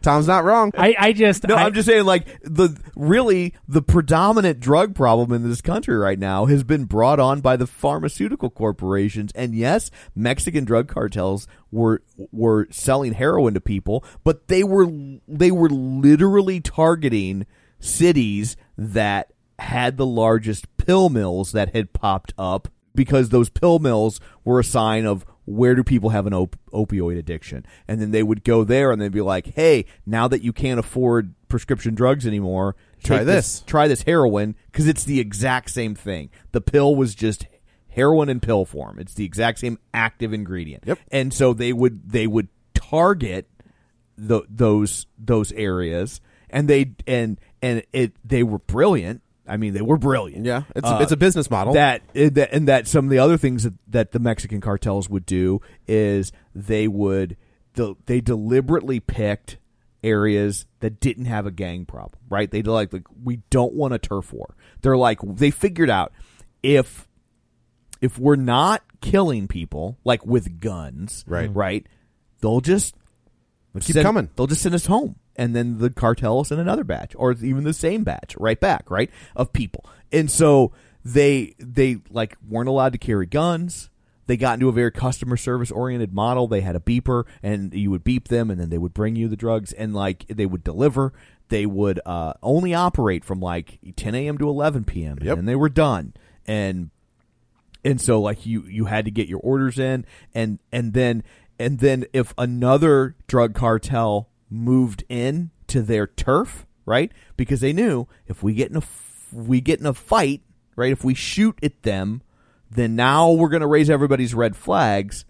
Tom's not wrong.
I, I just
No,
I,
I, am just saying, like the really the predominant drug problem in this country right now has been brought on by the pharmaceutical corporations. And yes, Mexican drug cartels were were selling heroin to people, but they were they were literally targeting cities that had the largest pill mills that had popped up because those pill mills were a sign of where do people have an op- opioid addiction and then they would go there and they'd be like hey now that you can't afford prescription drugs anymore
Try
take
this.
try this heroin because it's the exact same thing the pill was just heroin in pill form it's the exact same active ingredient
Yep.
and so they would they would target tho- those those areas and they and and it they were brilliant i mean they were brilliant
Yeah, it's
Uh,
a, it's a business model.
that and that- and that some of the other things that, that the Mexican cartels would do is they would the, they deliberately picked areas that didn't have a gang problem, right? They like, like we don't want a turf war. They're like they figured out if if we're not killing people like with guns,
Right.
Right, they'll just
keep
send-
coming.
They'll just send us home, and then the cartel will send another batch, or even the same batch, right back, right of people. And so they they like weren't allowed to carry guns. They got into a very customer service oriented model. They had a beeper, and you would beep them, and then they would bring you the drugs, and like they would deliver. They would uh, only operate from like 10 a.m. to 11 p.m.
Yep.
and then they were done. And and so like you you had to get your orders in and and then and then if another drug cartel moved in to their turf right because they knew if we get in a f- we get in a fight right if we shoot at them then now we're going to raise everybody's red flags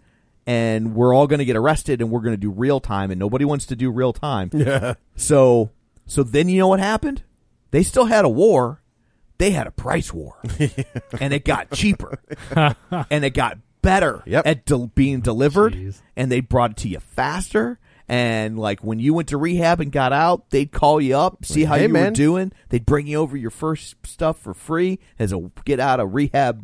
and we're all going to get arrested and we're going to do real time and nobody wants to do real time
Yeah.
so so then you know what happened they still had a war they had a
(laughs)
price war and it got cheaper and it got better
Yep.
at del- being delivered
Jeez.
and they brought it to you faster and like when you went to rehab and got out they'd call you up see how
"Hey,
you were
man."
doing they'd bring you over your first stuff for free as a get out of rehab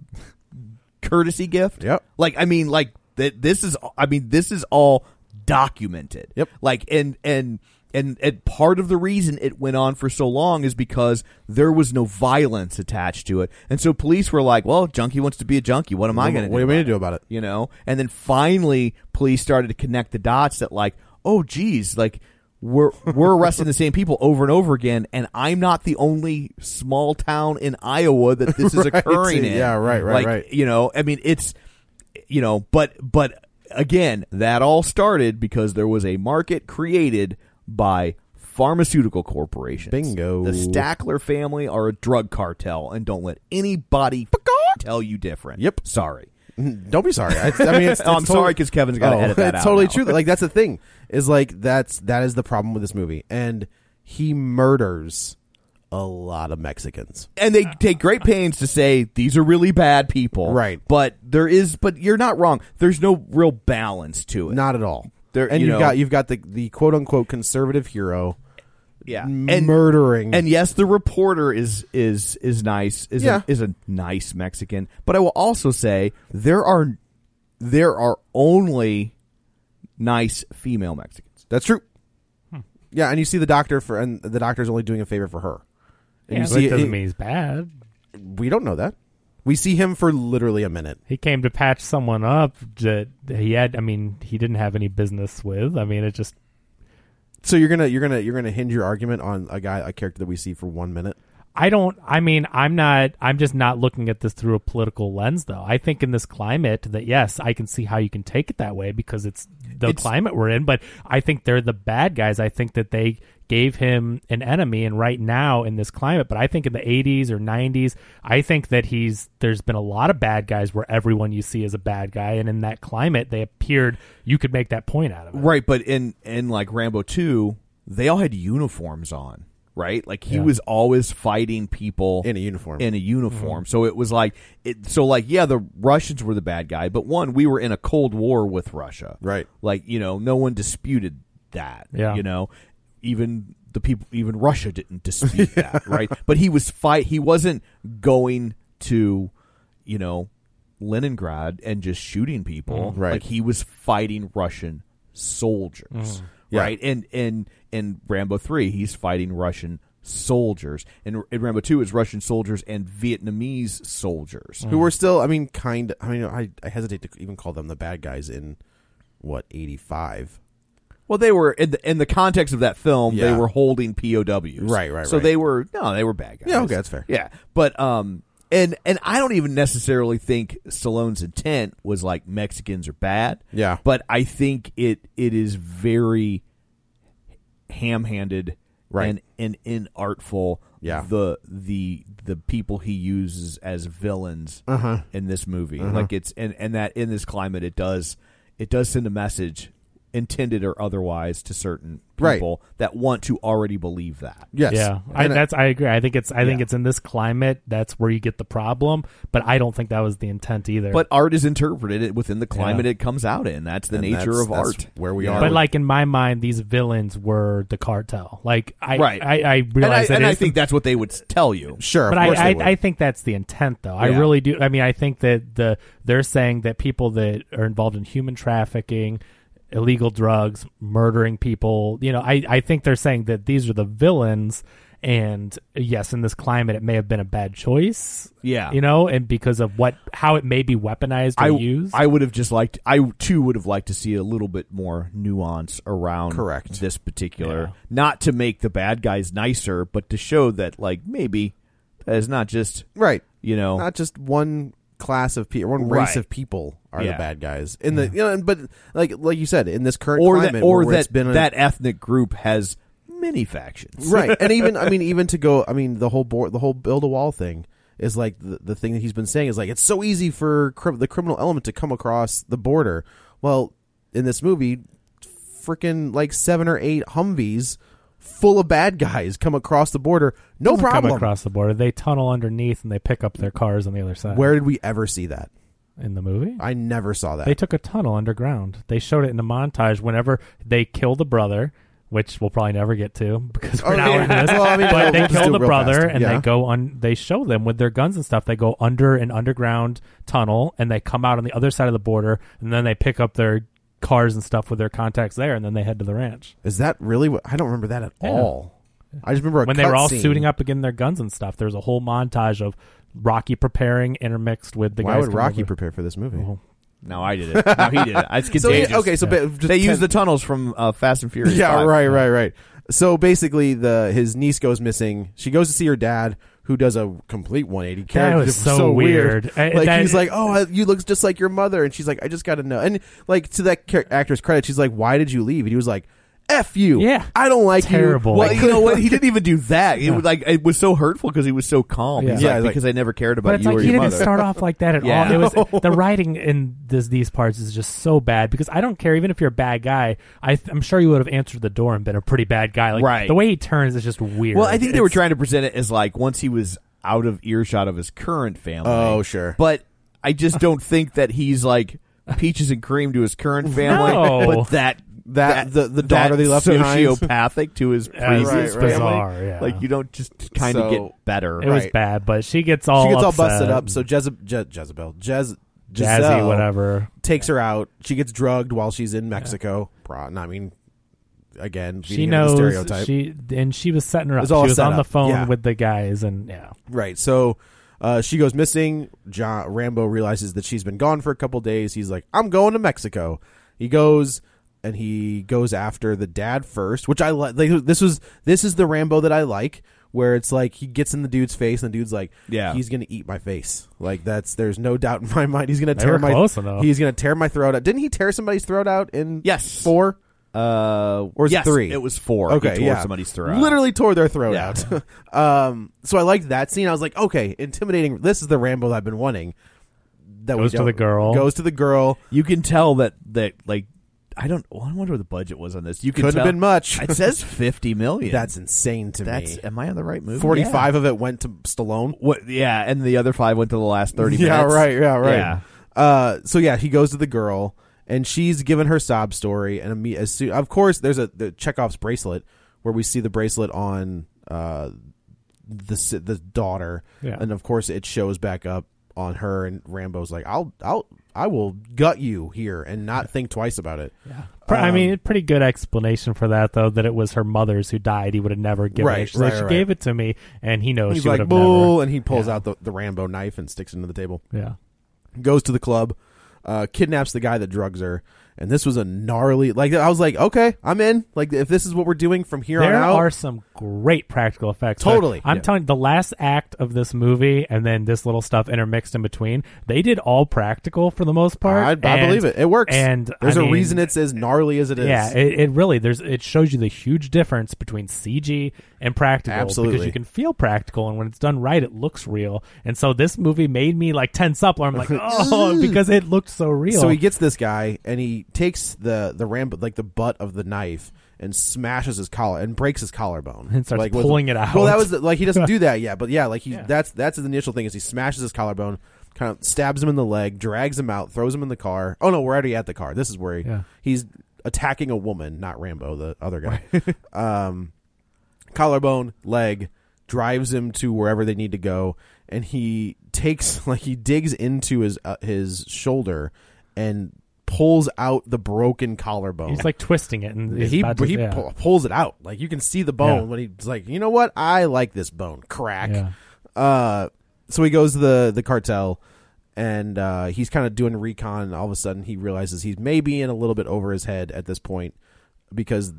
courtesy gift
Yep.
like i mean like th- this is i mean this is all documented
Yep.
like and and and and part of the reason it went on for so long is because there was no violence attached to it and so police were like well junkie wants to be a junkie what am i going to do
What do you
about
mean
it?
to do about it?
you know and then finally police started to connect the dots that like oh geez like we're we're arresting the same people over and over again and i'm not the only small town in iowa that this is
(laughs) Right.
occurring in
Yeah, right, right,
Like,
right.
you know i mean it's you know but but again that all started because there was a market created by pharmaceutical corporations
Bingo.
the stackler family are a drug cartel and don't let anybody tell you different
Yep.
sorry
Don't be sorry. I, I mean, it's,
(laughs) Oh, I'm
it's Oh,
sorry 'cause Kevin's gotta edit that
it's
out
Totally
now.
true. Like that's the thing is like that's that is the problem with this movie, and he murders a lot of Mexicans.
and they take great pains to say these are really bad people.
Right.
But there is but you're not wrong. There's no real balance to it.
Not at all.
There-
and
you
have
know-
got you've got the the quote unquote conservative hero
yeah.
murdering
And yes, the reporter is is is nice. Is
Yeah.
a, is a nice Mexican. But I will also say there are there are only nice female Mexicans.
That's true.
Hmm.
Yeah, and you see the doctor for, and the doctor's only doing a favor for her.
Yeah,
And you
but
see,
it doesn't
it-
mean he's bad.
we don't know that. We see him for literally a minute.
He came to patch someone up that he had. I mean, he didn't have any business with. I mean, it just.
So you're gonna you're gonna you're gonna hinge your argument on a guy a character that we see for one minute.
I don't. I mean, I'm not. I'm just not looking at this through a political lens, though. I think in this climate that yes, I can see how you can take it that way because it's the
It's-
climate we're in. But I think they're the bad guys. I think that they gave him an enemy, and right now in this climate. But I think in the 80s or 90s, I think that he's there's been a lot of bad guys where everyone you see is a bad guy, and in that climate, they appeared. You could make that point out of it.
Right, but in in like Rambo 2, they all had uniforms on, right? Like he
Yeah.
was always fighting people
In a uniform.
In a uniform. So it was like it so like yeah, the Russians were the bad guy, but one, we were in a cold war with Russia.
Right.
Like, you know, no one disputed that,
Yeah.
you know. Even the people even Russia didn't
(laughs)
dispute that, right? But he was fight he wasn't going to, you know, Leningrad and just shooting people.
Mm-hmm. right.
Like he was fighting Russian soldiers.
Mm-hmm. Yeah.
Right. And and in Rambo three, he's fighting Russian soldiers. And in Rambo two is Russian soldiers and Vietnamese soldiers.
Hmm.
Who were still I mean kind I mean I, I hesitate to even call them the bad guys in what, eighty five?
Well, they were in the in the context of that film,
Yeah.
they were holding POWs.
Right, right,
So
right.
they were no, they were bad guys.
Yeah, okay, that's fair.
Yeah, but um, and and I don't even necessarily think Stallone's intent was like Mexicans are bad.
Yeah.
but I think it it is very ham-handed,
Right.
and and inartful.
Yeah.
the the the people he uses as villains
Uh-huh.
in this movie, like it's and and that in this climate, it does it does send a message intended or otherwise to certain
Right.
people that want to already believe that.
Yes.
Yeah, I,
And
that's I agree. I think it's I think it's in this climate that's where you get the problem. But I don't think that was the intent either.
But art is interpreted it- within the climate
Yeah.
it comes out in. That's the
And
nature
that's-
of
that's
art.
where we
You
are
know?
but like in my mind, these villains were the cartel. Like I
right.
I, I
And
realize that
and I
it's the-
think that's what they would tell you.
sure, of
but
course
I,
they
I,
would.
I think that's the intent, though. I
Yeah.
really do. I mean, I think that the they're saying that people that are involved in human trafficking, illegal drugs, murdering people. You know, I I think they're saying that these are the villains, And yes, in this climate, it may have been a bad choice.
Yeah.
you know, and because of what how it may be weaponized or
I
used.
I would have just liked. I too would have liked to see a little bit more nuance around
Correct.
this particular. Not to make the bad guys nicer, but to show that like maybe that is not just
Right.
you know
Not just one class of people, one race
Oh. Right.
of people are
Yeah.
the bad guys. In the you know, and- but like like you said, in this current
or
climate,
that or
where it's
that
been a-
that ethnic group has many factions.
(laughs) right and even
(laughs)
i mean even to go i mean the whole board the whole build a wall thing is like the, the thing that he's been saying is like it's so easy for cri- the criminal element to come across the border well in this movie freaking like seven or eight humvees full of bad guys come across the border no
Doesn't Come
problem
across the border, they tunnel underneath and they pick up their cars on the other side.
where did we ever see that
in the movie?
i never saw that
They took a tunnel underground. They showed it in a montage whenever they kill the brother, which we'll probably never get to because we're
Oh,
not
yeah.
in this.
Well, I mean, we'll
but they
just do
kill
it
the
real
brother
fast.
and
Yeah.
they go on. They show them with their guns and stuff. They go under an underground tunnel and they come out on the other side of the border and then they pick up their cars and stuff with their contacts there and then they head to the ranch.
is that really what i don't remember that at
Yeah.
all i just remember a
when they were all
cutscene.
suiting up again their guns and stuff, there's a whole montage of Rocky preparing intermixed with the
why
guys.
would
coming
rocky
over.
prepare for this movie
Oh,
No, I did it. No, he did it.
(laughs)
It's
So,
contagious.
yeah, okay so ba- just
they
ten-
use the tunnels from uh, Fast and Furious.
Yeah,
five.
right, right, right. So basically, the his niece goes missing. She goes to see her dad, who does a complete 180.
That
Character (laughs)
was so weird. I-
like
that-
he's like, "Oh, I- you look just like your mother," and she's like, "I just got to know." And like to that char- actor's credit, she's like, "Why did you leave?" And he was like, "F you.
Yeah.
I don't like
Terrible.
you."
Well,
Like,
you know what?
(laughs)
He didn't even do that. It was like it was so hurtful because he was so calm.
Yeah.
He's
Yeah,
like,
it's like-
because I never cared about
But it's
you
like
or
he
your
didn't
mother.
start off like
(laughs)
that at
Yeah.
all. It was the writing in this, these parts is just so bad because I don't care even if you're a bad guy. I th- I'm sure you would have answered the door and been a pretty bad guy. Like
Right.
the way he turns is just weird.
Well, I think they
It's-
were trying to present it as like once he was out of earshot of his current family.
Oh, sure.
But I just don't think that he's like peaches and cream to his current family.
No.
But that
That- the- the daughter
that
they left behind.
sociopathic to his
Yeah,
previous
right, right.
family.
Bizarre, yeah.
Like you don't just kind
So-
of get better.
It was
Right.
bad, but she gets all
she gets all
upset
busted up.
and
So oh, Jezebel, Je- Jezebel, Jez,
jazzy,
Giselle
whatever.
takes her out. She gets drugged while she's in Mexico. Pro- I mean, again,
She
feeding into the
knows
stereotype.
she and she was setting her up.
It's
She
all
was
set
on the
up,
phone
yeah.
with the guys and yeah.
Right. So uh, she goes missing. John Rambo realizes that she's been gone for a couple days. He's like, "I'm going to Mexico." He goes and he goes after the dad first, which I like. Like, this was this is the Rambo that I like, where it's like he gets in the dude's face and the dude's like,
Yeah.
he's gonna eat my face." Like that's there's no doubt in my mind he's gonna
They
tear
were
my
close enough.
he's gonna tear my throat out. Didn't he tear somebody's throat out in
Yes.
four?
Uh,
Or is it
yes,
three?
It was four.
Okay,
he tore
yeah.
somebody's throat. out.
Literally tore their throat
Yeah.
out. (laughs) um, so I liked that scene. I was like, okay, intimidating. This is the Rambo that I've been wanting. That we
Goes to
don't-
the girl.
Goes to the girl.
You can tell that that like I don't. well, I wonder what the budget was on this. You can
Couldn't have
tell-
been much.
(laughs) It says fifty
(laughs)
million.
That's insane to
that's.
me.
Am I on the right movie?
Forty-five of it went to Stallone.
Yeah. What? Yeah, and the other five went to the last thirty.
Yeah,
minutes.
right, yeah, right.
Yeah.
Uh, so yeah, he goes to the girl, and she's given her sob story, and imme- as soon, of course, there's a the Chekhov's bracelet where we see the bracelet on uh the si- the daughter,
Yeah.
and of course it shows back up on her, and Rambo's like, I'll I'll I will gut you here and not think twice about it.
Pr- I
Um,
mean, a pretty good explanation for that, though, that it was her mother's who died. He would have never given
Right,
it. She's like,
right,
she
right.
gave it to me, and he knows
He's
she would
like,
have
bull,
never.
and he pulls out the, the Rambo knife and sticks it into the table.
Yeah.
goes to the club, uh, kidnaps the guy that drugs her. And this was a gnarly, like I was like, okay, I'm in. Like if this is what we're doing from here on
There
out,
are some great practical effects. But
Totally.
I'm
Yeah.
telling you, the last act of this movie and then this little stuff intermixed in between, they did all practical for the most part.
I, I
and-
believe it. It works.
And
there's
a
a reason it's as gnarly as it is.
Yeah, it, it really there's it shows you the huge difference between CG and practical
Absolutely.
because you can feel practical and when it's done right it looks real. And so this movie made me like tense up where I'm
(laughs)
like, "Oh, because it looked so real."
so he gets this guy and he takes the the rambo like the butt of the knife and smashes his collar and breaks his collarbone
(laughs) And starts
like with-
pulling it out.
Well, that was the- like he doesn't do that yet, but
(laughs)
yeah, like he that's that's the initial thing is he smashes his collarbone, kind of stabs him in the leg, drags him out, throws him in the car. Oh no, we're already at the car. This is where he,
Yeah.
he's attacking a woman, not Rambo, the other guy.
(laughs)
um, collarbone, leg, drives him to wherever they need to go, (laughs) and he takes like he digs into his uh, his shoulder and pulls out the broken collarbone.
He's like twisting it, and he's
he
about to-
he
yeah.
pu- pulls it out. Like you can see the bone
Yeah.
when he's like, you know what? I like this bone. Crack.
Yeah.
Uh, so he goes to the the cartel, and uh, he's kind of doing recon. And all of a sudden, he realizes he's maybe in a little bit over his head at this point because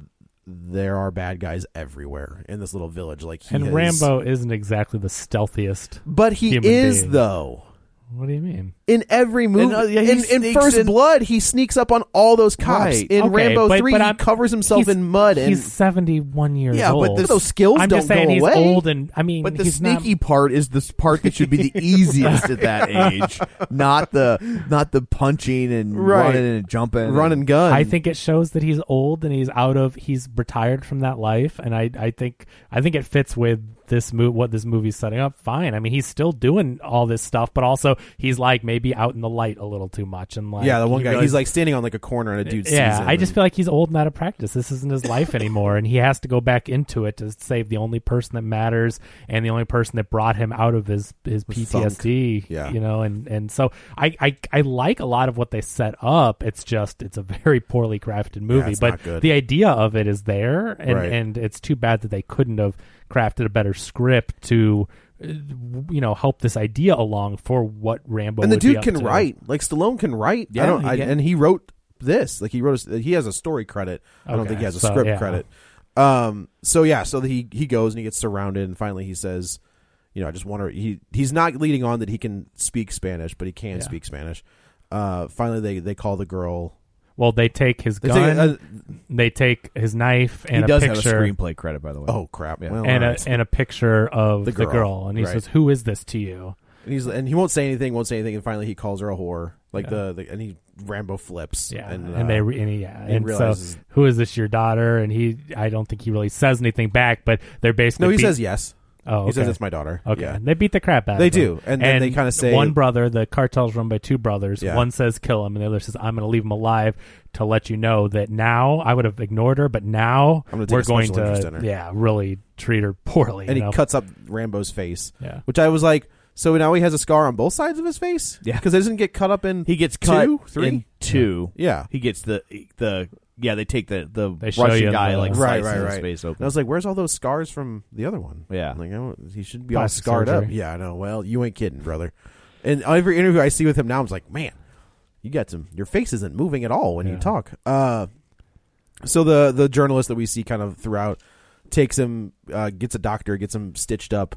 there are bad guys everywhere in this little village. Like he
and
has-
Rambo isn't exactly the stealthiest.
but he
human
is
being.
though.
What do you mean?
In every movie,
uh, yeah, he
in, in
sneaks
First
in-
Blood, he sneaks up on all those cops.
Right.
In
Okay,
Rambo
but-
Three,
but
he
I'm-
covers himself
he's-
in mud and
he's seventy-one years
Yeah, but
old.
the- those skills
I'm just
don't
saying
go
he's
away.
old, and I mean,
But the
he's
sneaky
not,
part is this part that should be
(laughs)
the easiest at that age, not the not the punching and
Right.
running and jumping, and-
run and gun.
I think it shows that he's old and he's out of he's retired from that life, and I I think I think it fits with this move what this movie's setting up fine. I mean, he's still doing all this stuff, but also he's like maybe out in the light a little too much, and like
yeah, the one
he
guy.
realizes-
he's like standing on like a corner, and a dude.
yeah.
sees him
I just
and-
feel like he's old and out of practice. This isn't his life anymore, and he has to go back into it to save the only person that matters and the only person that brought him out of his his PTSD.
Yeah.
you know, and and so I, I I like a lot of what they set up. It's just it's a very poorly crafted movie,
it's not
but
good.
the idea of it is there, and
Right.
and it's too bad that they couldn't have crafted a better script to. uh, You know, help this idea along for what Rambo
and the
would be
dude
up
can
to.
write. Like Stallone can write. I
Yeah,
don't.
he
I,
can.
and he wrote this. Like he wrote. A, he has a story credit. I don't
Okay,
think he has a
so,
script
yeah.
credit. Um. So yeah. So he he goes and he gets surrounded, and finally he says, "You know, I just want to." He he's not leading on that he can speak Spanish, but he can
Yeah.
speak Spanish. Uh. Finally, they they call the girl.
Well, they take his
They
gun.
take a-
they take his knife
He
and
does
a
have a
picture
screenplay credit, by the way.
oh crap!
Yeah.
Well,
and a
alright.
and a picture of
The
the
girl,
girl, and he
right.
says, "Who is this to you?"
And he's and he won't say anything, won't say anything, and finally he calls her a whore. Like the, the and he Rambo flips.
Yeah,
and,
and,
uh,
they re- and he- yeah,
he
and
realizes-
so who is this your daughter? And he, I don't think he really says anything back, but they're basically
no, he
beat-
says yes.
oh,
He says
okay.
it's my daughter.
Okay,
Yeah.
they beat the crap out.
They
of him.
do, and then they kinda say-
one brother. The cartel's run by two brothers.
Yeah.
One says kill him, and the other says I'm going to leave him alive to let you know that now I would have ignored her, but now
I'm gonna take
we're
a
going
special interest in
to
her."
yeah really treat her poorly.
and
you
he
know?
cuts up Rambo's face.
Yeah.
Which I was like, so now he has a scar on both sides of his face.
Yeah.
because it doesn't get cut up in.
He gets cut
two, three.
in two.
Yeah.
he gets the the yeah. They take the the
They show
Russian
you
guy
the-
like
right,
slices
right,
his
right.
face
And
open.
I was like, where's all those scars from the other one?
Yeah.
like I don't- he should be
Plastic
all scarred up.
surgery.
Yeah, I know. Well, you ain't kidding, brother. And every interview I see with him now, I'm like, man, you got some. Your face isn't moving at all when you
Yeah.
talk. Uh, so the the journalist that we see kind of throughout takes him, uh, gets a doctor, gets him stitched up,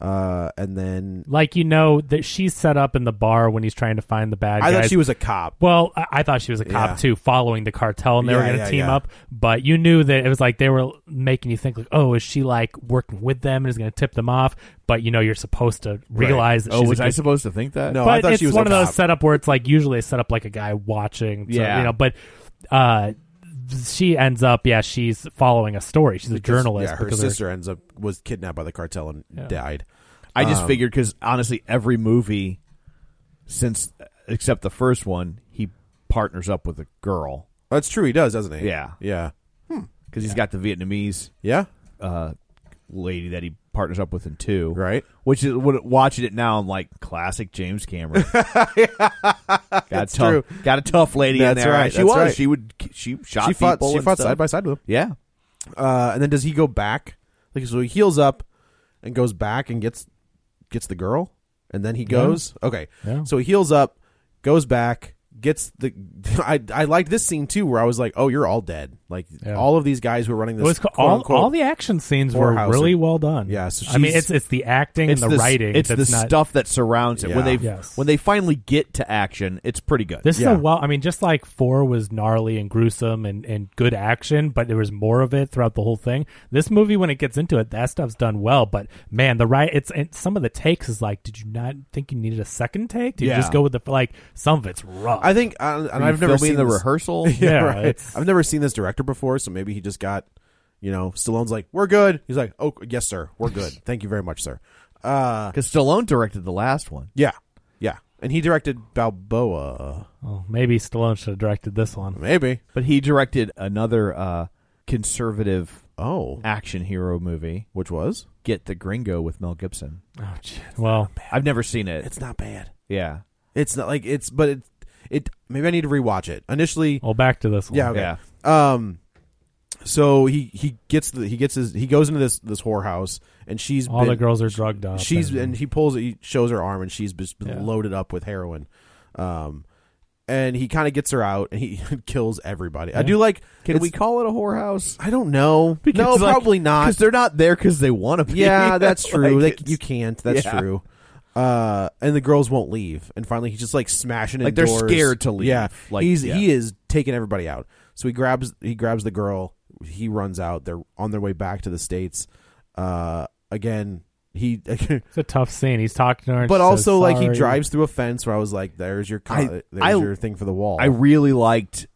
uh, and then
like you know that she's set up in the bar when he's trying to find the bad
I
guys.
thought she was a cop.
Well, I, I thought she was a cop
Yeah.
too, following the cartel, and they were
Yeah,
going to
yeah,
team
yeah.
up. But you knew that it was like they were making you think, like, oh, is she like working with them and is going to tip them off? But you know, you're supposed to realize that
oh,
she's
was
a
I
good-
supposed to think that?
No, I
but
thought
it's
she was
one of
a
those
cop.
setup where it's like usually they set up like a guy watching. so,
Yeah.
you know, but uh, she ends up, yeah, she's following a story. She's a journalist.
Yeah, her
because
sister ends up was kidnapped by the cartel and died.
I
um,
just figured because honestly, every movie since except the first one, he partners up with a girl
That's true. He does, doesn't he?
Yeah.
yeah,
because he's got the Vietnamese
yeah.
uh, lady that he partners up with in two,
Right.
Which is what watching it now, I'm like classic
(laughs)
James Cameron. got a tough,
true.
got a tough lady
That's
in there.
right,
She
that's
was.
right.
She would. She shot.
she fought.
people
She
and
fought
stuff.
side by side with him.
Yeah.
Uh, and then does he go back? Like so, he heals up and goes back and gets gets the girl, and then he goes. Okay,
Yeah.
so he heals up, goes back, gets the. (laughs) I I liked this scene too, where I was like, oh, you're all dead. Like
Yeah.
all of these guys who are running
It
this.
was
quote,
all,
unquote-
all the action scenes were
whorehousing.
really well done.
Yeah, so
I mean,
she's-
it's it's the acting
It's
and the,
the s-
writing.
It's
that's
the
not,
stuff that surrounds it. When
Yeah.
they
Yes.
when they finally get to action, it's pretty good.
This
Yeah.
is a well. I mean, just like four was gnarly and gruesome and and good action, but there was more of it throughout the whole thing. This movie, when it gets into it, that stuff's done well. But man, the right, it's and some of the takes is like, did you not think you needed a second take? Did
Yeah.
you just go with the like? Some of it's rough.
I think, (laughs) uh, and
Are you
I've never
filming
seen
the
this-
(laughs)
rehearsal.
Yeah,
right.
it's-
I've never seen this director before, so maybe he just got, you know, Stallone's like, "We're good." He's like, "Oh, yes, sir. We're good. Thank you very much, sir." Uh,
Because Stallone directed the last one.
yeah, yeah, and he directed Balboa,
Well, oh, maybe Stallone should have directed this one.
maybe.
But he directed another uh, conservative
Oh,
action hero movie,
which was
Get the Gringo with Mel Gibson.
(laughs)
Oh, shit. Well,
I've never seen it.
it's not bad.
yeah.
It's not like it's, but it, It maybe I need to rewatch it. Initially,
Well, back to this one.
yeah, okay. Um, so he he gets the he gets his he goes into this this whorehouse and she's
All the
been-
girls are drugged up.
She's
and-
and he pulls he shows her arm and she's just been
Yeah.
loaded up with heroin. Um, and he kind of gets her out and he (laughs) kills everybody. I do like.
Can
it's-
we call it a whorehouse?
I don't know. no,
(laughs) Because, like,
probably not.
Because they're not there because they want to be.
Yeah,
(laughs)
that's true.
Like,
They-
it's-
you can't. That's
yeah.
true. Uh, and the girls won't leave. And finally, he's just like smashing.
Like, they're
doors.
scared to leave.
Yeah,
Like,
he's
yeah.
he is taking everybody out. So he grabs he grabs the girl. He runs out. They're on their way back to the states. Uh, again, he. (laughs)
It's a tough scene. He's talking to her, and
but
she
also,
says,
like he
"Sorry."
drives through a fence where I was like, "There's your co-
I-
there's
I-
your thing for the wall."
I really liked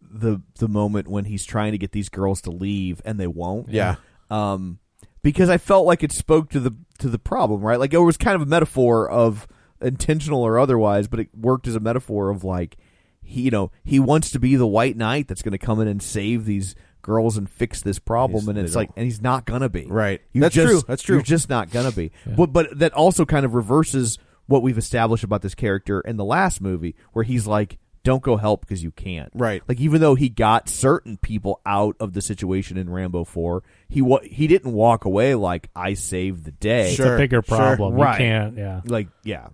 the the moment when he's trying to get these girls to leave and they won't.
Yeah.
Um, because I felt like it spoke to the to the problem, right? Like it was kind of a metaphor of intentional or otherwise, but it worked as a metaphor of like he, you know, he wants to be the white knight that's going to come in and save these girls and fix this problem,
He's-
and
they
it's like,
don't.
and he's not going to be
Right.
You
That's
just-
true. That's true.
You're just not gonna be. But but that also kind of reverses what we've established about this character in the last movie, where he's like, "Don't go help because you can't."
Right.
Like even though he got certain people out of the situation in Rambo Four, he wa- he didn't walk away like I saved the day.
It's
Sure,
a bigger
sure,
problem.
right.
You can't. Yeah.
Like yeah,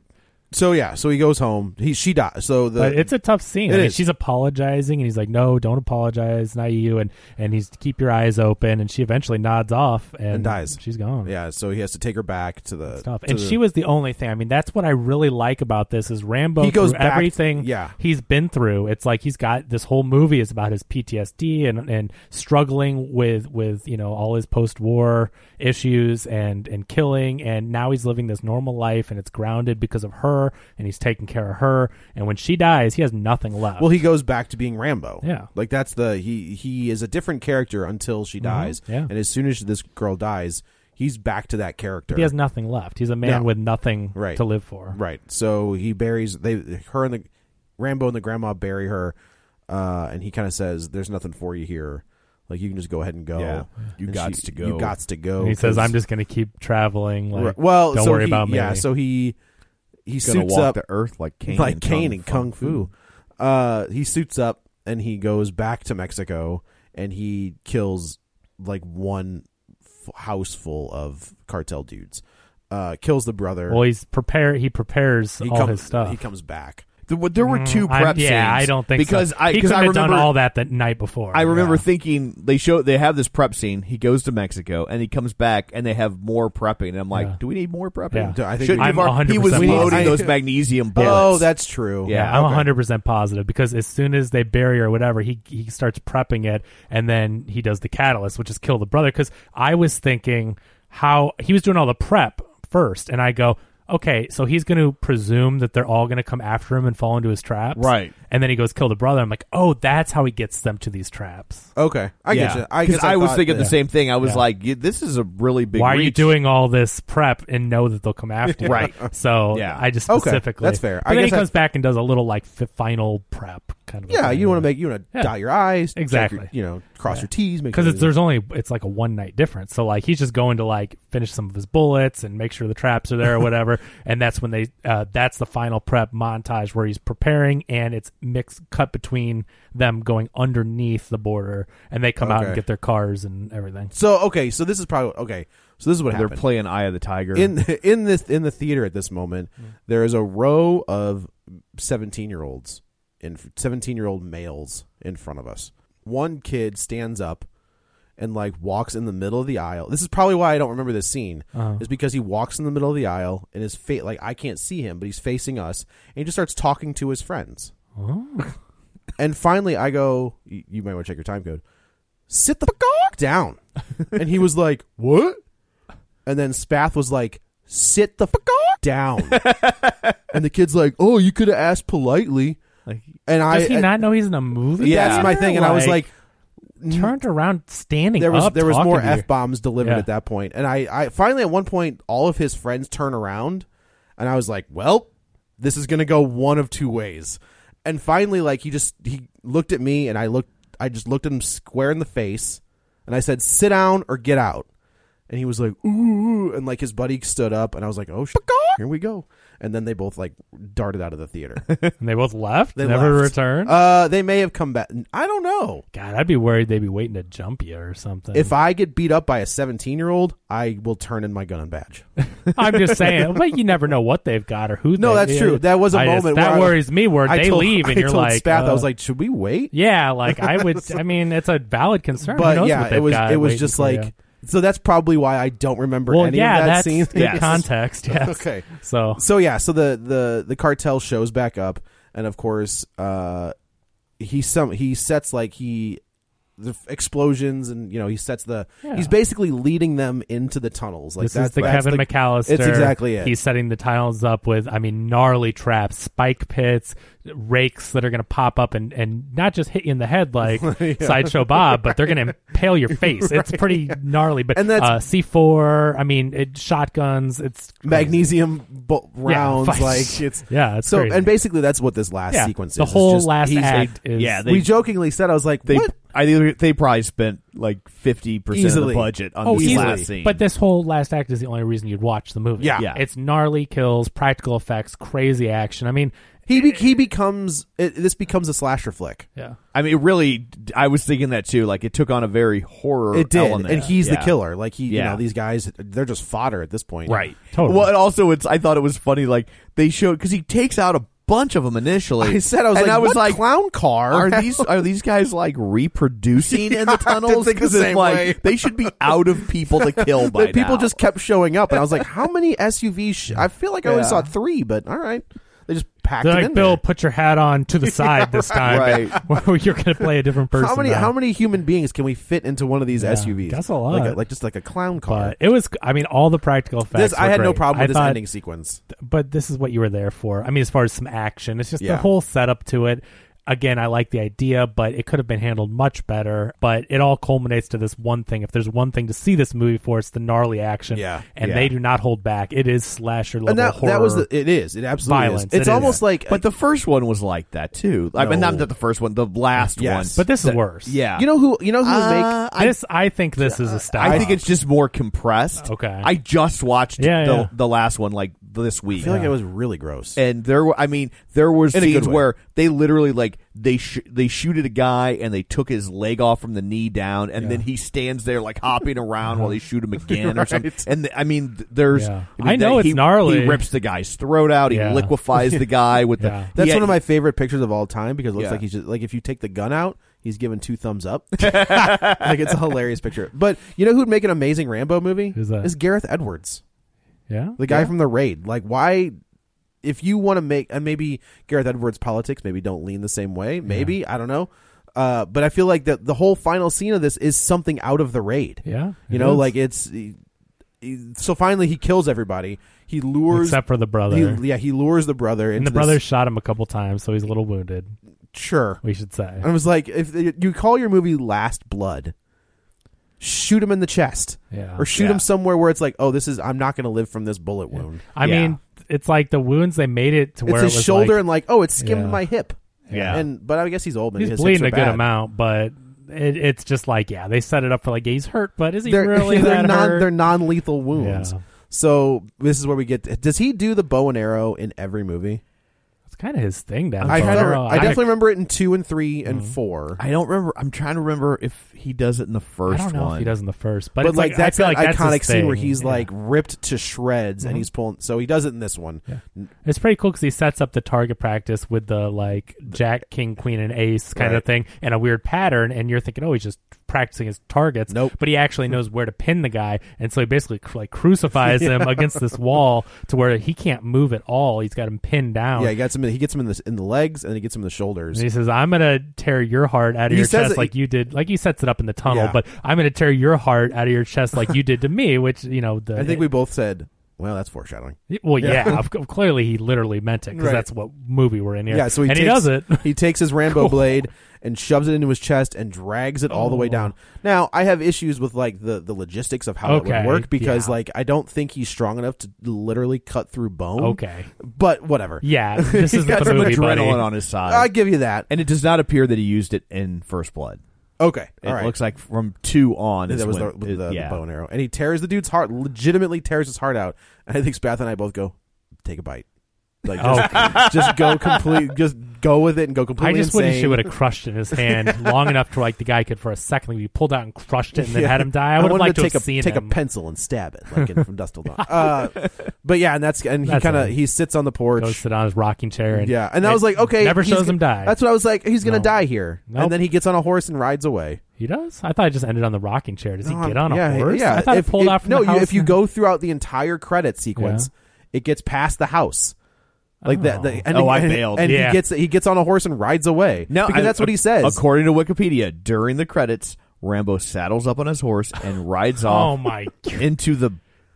so yeah, so he goes home. He she dies. So the
but it's a tough scene.
It
I mean,
is.
she's apologizing, and he's like, "No, don't apologize, not you." And and he's keep your eyes open. And she eventually nods off and,
And dies.
She's gone.
yeah. So he has to take her back to the
stuff.
to
And
the-
she was the only thing. I mean, that's what I really like about this is Rambo.
He goes
through
back-
everything.
yeah.
he's been through. It's like he's got this whole movie is about his PTSD and and struggling with with you know all his post war issues and and killing. And now he's living this normal life and it's grounded because of her. And he's taking care of her. And when she dies, he has nothing left.
Well, he goes back to being Rambo.
Yeah.
like that's the he he is a different character until she dies.
Mm-hmm. yeah.
and as soon as this girl dies, he's back to that character.
he has nothing left. He's a man
No.
with nothing
Right.
to live for.
right. So he buries they her and the Rambo and the grandma bury her, uh, and he kind of says, "There's nothing for you here. Like you can just go ahead and go.
Yeah. You
And
gots to go.
You gots to go."
And he says,
'cause-
"I'm just going to keep traveling. Like,
Right. well.
don't
so
worry
he-
about me."
Yeah. So he he
he's gonna
suits
walk
up
the earth like Kane,
like
and
Kane and Kung Fu. Uh, he suits up and he goes back to Mexico and he kills like one f- house full of cartel dudes. Uh, kills the brother.
Well, he's prepare. He prepares
he
all
comes,
his stuff.
He comes back.
There were- There were two
Mm, I-
prep
yeah,
scenes
I don't think
because
so.
I
he
because
could
I
have
remember
done all that the night before.
I remember
Yeah.
thinking they show they have this prep scene. He goes to Mexico and he comes back and they have more prepping. And I'm like,
Yeah.
do we need more prepping?
Yeah.
Do- I think
Should
we-
I'm
give our, he was
100%
loading
positive.
those magnesium bullets.
Oh, that's true.
Yeah.
I'm
okay.
100 percent positive because as soon as they bury or whatever, he he starts prepping it, and then he does the catalyst, which is kill the brother. Because I was thinking how he was doing all the prep first, and I go. Okay, so he's going to presume that they're all going to come after him and fall into his traps.
Right.
And then he goes kill the brother. I'm like, "Oh, that's how he gets them to these traps."
Okay, I get you. I guess
because I, was
thought-
thinking the
yeah.
same thing. I was
Yeah.
like, yeah, this is a really big.
Why are you
reach.
doing all this prep and know that they'll come after
(laughs)
you?
Right.
So
Yeah.
I just
Okay,
specifically
that's fair.
But
I
then he
guess I-
comes back and does a little like f- final prep kind of.
Yeah, you want to make you want to
Yeah.
dot your i's, check your-
Exactly.
you know, cross your t's, make
because
sure
it's there's only it's like a one night difference. So like he's just going to like finish some of his bullets and make sure the traps are there or
(laughs)
whatever. and that's when they uh, that's the final prep montage where he's preparing and it's mixed cut between them going underneath the border and they come out and
Okay.
get their cars and everything.
So okay, so this is probably okay. So this is what
They're
happened.
playing Eye of the Tiger.
in (laughs) in this in the theater at this moment there is a row of 17 year olds and 17 year old males in front of us one kid stands up and like walks in the middle of the aisle this is probably why i don't remember this scene is because he walks in the middle of the aisle and his face like i can't see him but he's facing us and he just starts talking to his friends and finally i go "You- you might want to check your time code sit the fuck down and he was like what and then Spath was like, "Sit the fuck down." and the kid's like, "Oh, you could have asked politely."
Like-
and I,
Does he
I-
not know he's in a movie?
yeah,
theater?
that's my thing. And I was like, n-
turned around, standing.
Mm. there was
up,
there was
talking
more
to you.
f bombs delivered
Yeah.
at that point. And I, I finally at one point, all of his friends turn around, and I was like, "Well, this is gonna go one of two ways." And finally, like he just he looked at me, and I looked, I just looked at him square in the face, and I said, "Sit down or get out." and he was like ooh and like his buddy stood up and I was like oh shit, here we go and then they both like darted out of
(laughs)
the theater
and they both left.
They
never
left.
returned.
uh they may have come back I don't know
God, I'd be worried they'd be waiting to jump you or something.
if I get beat up by a 17 year old I will turn in my gun
(laughs)
and badge
(laughs) I'm just
(laughs)
saying, but you never know what they've got or who.
no
they-
that's true that was a
I just-
moment where
that
I was-
worries me. Where
I
they
told-
leave and
I
you're
told
like,
Spath I was
uh,
like should we wait
yeah, like I
(laughs)
would. I mean, it's a valid concern. Who
but
knows
yeah
what
it
they've
was
got
it was
waiting
just
for
like
you.
so that's probably why I don't remember
well,
any
yeah,
of that
that's
scene
good
(laughs) Yes.
context. Yes.
okay
So
so yeah so the the the cartel shows back up and of course uh he some he sets like he the f- explosions and you know he sets the
Yeah.
he's basically leading them into the tunnels like
this
that's
is the
that's
Kevin
the,
McAllister.
it's exactly it
He's setting the tiles up with, I mean, gnarly traps, spike pits, rakes that are going to pop up and, and not just hit you in the head
(laughs)
like Sideshow Bob, but they're going to impale your face. It's pretty gnarly. But
And
uh,
that's-
C4, I mean, it, shotguns, it's crazy.
magnesium bo- rounds
fuck. (laughs)
like it's
Yeah, it's
so
crazy.
and basically that's what this last
Yeah,
sequence is
the
It's
whole
just-
last
he's-
act is
yeah,
we jokingly said I was like
They,
what
I think they probably spent like fifty percent of the
Easily.
budget on
Oh,
this
easily.
last scene.
But this whole last act is the only reason you'd watch the movie.
Yeah.
Yeah.
It's gnarly kills, practical effects, crazy action. I mean,
he be- he becomes it, this becomes a slasher flick
yeah.
I mean, it really, I was thinking that too. Like it took on a very horror.
it did
element.
and he's the
Yeah.
killer like he you
Yeah.
know these guys they're just fodder at this point
Right. Totally.
Well, and also it's. I thought it was funny. Like they showed because he takes out a bunch of them initially.
I said I was
and
like
I was
what
like,
clown car
are these are these guys like
(laughs)
reproducing in the
I didn't
tunnels?
think the
'Cause it's
same
like
way.
(laughs) they should be out of
(laughs)
people to kill by
But people
now.
just kept showing up, and I was like, "How many SUVs?"
(laughs)
Sh-? I feel like I only
Yeah.
saw three, but all right, they just packed
They're
it
like,
in
Bill,
there.
put your hat on to
(laughs)
the side this time. (laughs) You're going to play a different person.
How many
now.
how many human beings can we fit into one of these
Yeah,
SUVs?
that's a lot.
Like, like just like a clown car.
But it was, I mean, all the practical effects.
this I
were
had no
great.
problem
I
with this
thought-
ending sequence.
But this is what you were there for. I mean, as far as some action, it's just the
Yeah.
whole setup to it. Again, I like the idea, but it could have been handled much better. But it all culminates to this one thing. If there's one thing to see this movie for, it's the gnarly action.
Yeah.
And
Yeah.
they do not hold back. It is slasher level
And that
horror.
that was the, it is it absolutely
Violence,
is.
it is.
It's almost like
But the first one was like that too. I mean,
No.
not not the first one, the last
Yes.
one.
but this is
That-
worse.
Yeah,
you know who you know who would make
Uh, I
This, I think this is a style.
I think it's just more compressed.
Okay.
I just watched
Yeah,
the,
yeah.
the last one like this week.
I feel like it was really gross.
and there were I mean there were
In a good
scenes
way.
where they literally like they sh- they shoot at a guy and they took his leg off from the knee down and then he stands there like hopping around while they
(laughs)
shoot him again or something. And th- I mean th- there's
Yeah.
mean,
I know
that
it's
he,
gnarly.
He rips the guy's throat out. He
Yeah.
liquefies the guy
(laughs)
with
Yeah.
the.
That's
he-
one of my favorite pictures of all time because it looks
Yeah.
like he's just like if you take the gun out, he's giving two thumbs
(laughs)
up. (laughs) like it's a hilarious picture. But you know who'd make an amazing Rambo movie?
Who's that?
Is Gareth Edwards,
yeah.
the guy from the Raid. Like why? If you want to make and maybe Gareth Edwards' politics maybe don't lean the same way. Maybe I don't know. Uh, but I feel like that the whole final scene of this is something out of the Raid.
Yeah.
You
it
know,
is.
like it's. e, So finally, he kills everybody. He lures.
except for the brother.
he- yeah, he lures the brother into
and the
this-
brother shot him a couple times, so he's a little wounded.
Sure,
We should say.
And I was like, if you call your movie Last Blood, shoot him in the chest.
Yeah.
Or shoot
Yeah.
him somewhere where it's like, oh, this is, I'm not going to live from this bullet wound.
I
Yeah.
mean, it's like the wounds they made it to where
It's
it
his
was
shoulder
like-
and like, oh, it skimmed
Yeah.
my hip.
Yeah.
And but I guess he's old. Maybe
he's
his hips
bleeding
are
a good
bad.
amount, but it, it's just like yeah, they set it up for like he's hurt, but is he
They're, (laughs)
really
they're
that
non
hurt?
they're non lethal wounds.
Yeah.
So this is where we get. Does he do the bow and arrow in every movie?
It's kind of his thing down
I,
there.
felt-
don't know.
I definitely remember it in two and 3 and
Mm-hmm.
four.
I don't remember. I'm trying to remember if he does it in the
I
first
don't know
one.
if he does in the first, but,
But,
it's
like,
I
that's
feel
that
like that's
iconic
his
scene where
thing.
he's
Yeah. Mm-hmm.
like ripped to shreds and he's pulling. So he does it in this one.
it's pretty cool because he sets up the target practice with the like Jack King Queen and Ace kind of
Right.
thing and a weird pattern, and you're thinking oh he's just practicing his targets,
Nope.
but he actually knows where to pin the guy, and so he basically cr- like
(laughs)
crucifies him against this wall to where he can't move at all. He's got him pinned down.
Yeah, he gets him. He gets him in the in the legs, and then he gets him in the shoulders.
And he says, "I'm gonna tear your heart out of
He
your
says
chest
it-
like you did, like you sets it up in the tunnel,
Yeah.
but I'm gonna tear your heart out of your chest like you did to me." Which you know, the,
I think we both said, "Well, that's foreshadowing."
well, yeah, of c- clearly he literally meant it because
Right.
that's what movie we're in here.
Yeah, so he
and
takes,
he does it.
he takes his Rambo blade and shoves it into his chest and drags it all the
Oh.
way down. Now, I have issues with like the the logistics of how it
Okay,
would work because
yeah.
like I don't think he's strong enough to literally cut through bone.
Okay,
but whatever. (laughs)
yeah, this
(laughs) He's
isn't
got
the
some
movie,
adrenaline
buddy.
on his side,
I give you that.
and it does not appear that he used it in First Blood.
Okay,
It
all right.
looks like from two on. is
that was
when-
the, with
it-
the,
yeah.
the bow and arrow, and he tears the dude's heart. Legitimately tears his heart out. And I think Spath and I both go, "Take a bite." Like just, (laughs) just go complete. Just go with it and go
Oh. I
completely.
just wish she
insane.
would have crushed it in his
(laughs)
hand long enough to like the guy could for a second be pulled out and crushed it and then
Yeah.
had him die. I would have
wanted
liked to,
take
have
a
seen
take
him.
a pencil and stab it like in, from Dust Till
(laughs)
Dawn. Uh, but yeah, and that's and he
That's
kind of
him.
he sits on the porch.
Goes sit on his rocking chair and
yeah, and I
it
was like, okay,
never
he's
shows
go-
him die.
That's what I was like. He's gonna
No.
die here,
Nope.
and then he gets on a horse and rides away.
he does. I thought it just ended on the rocking chair. Does
No,
he
I'm-
get on
Um, yeah,
a horse?
Yeah,
I thought
if,
it pulled
if-
out from
no,
the house.
You, if you go throughout the entire credit sequence, it gets past the house. Like that, the, and,
Oh, I
and-
bailed.
And
Yeah.
he gets he gets on a horse and rides away.
No,
because
I-
that's what he says.
According to Wikipedia, during the credits, Rambo saddles up on his horse
(sighs)
and rides off.
(laughs) Oh my god!
into the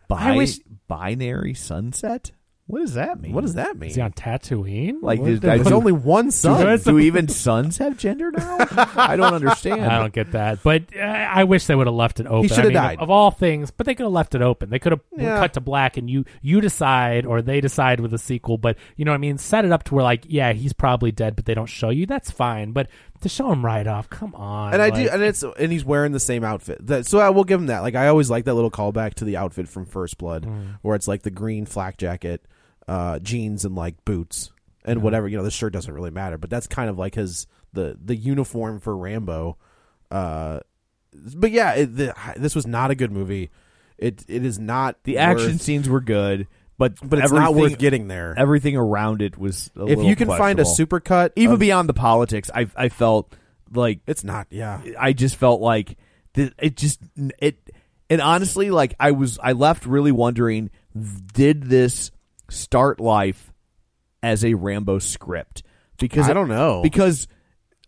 I
bi-
wish-
binary sunset. What does that mean?
what does that mean?
Is he on Tatooine?
Like
What-
do-
there's
do-
only
(laughs)
one son.
Do, do even suns have gender
(laughs)
now? I don't understand.
I don't get that, but uh, I wish they would have left it open.
should have
I mean,
died.
of all things, but they could have left it open. They could have
Yeah.
cut to black, and you you decide, or they decide with a sequel. But you know what I mean? Set it up to where like, yeah, he's probably dead, but they don't show you. That's fine, but to show him right off, come on.
and I do,
like-
and it's and he's wearing the same outfit. That, so I will give him that. Like I always like that little callback to the outfit from First Blood,
Mm.
where it's like the green flak jacket, uh, jeans, and like boots and whatever. You know, the shirt doesn't really matter, but that's kind of like his the the uniform for Rambo. Uh, but yeah, it, the, this was not a good movie. It it is not
The action
worth-
scenes were good, but
but it's not
everything-
worth getting there.
Everything around it was. A
if
little
you can find a
questionable.
supercut,
even
of-
beyond the politics, I I felt like
it's not. Yeah,
I just felt like th- it just it and honestly like I was I left really wondering did this start life as a Rambo script because
I don't know.
because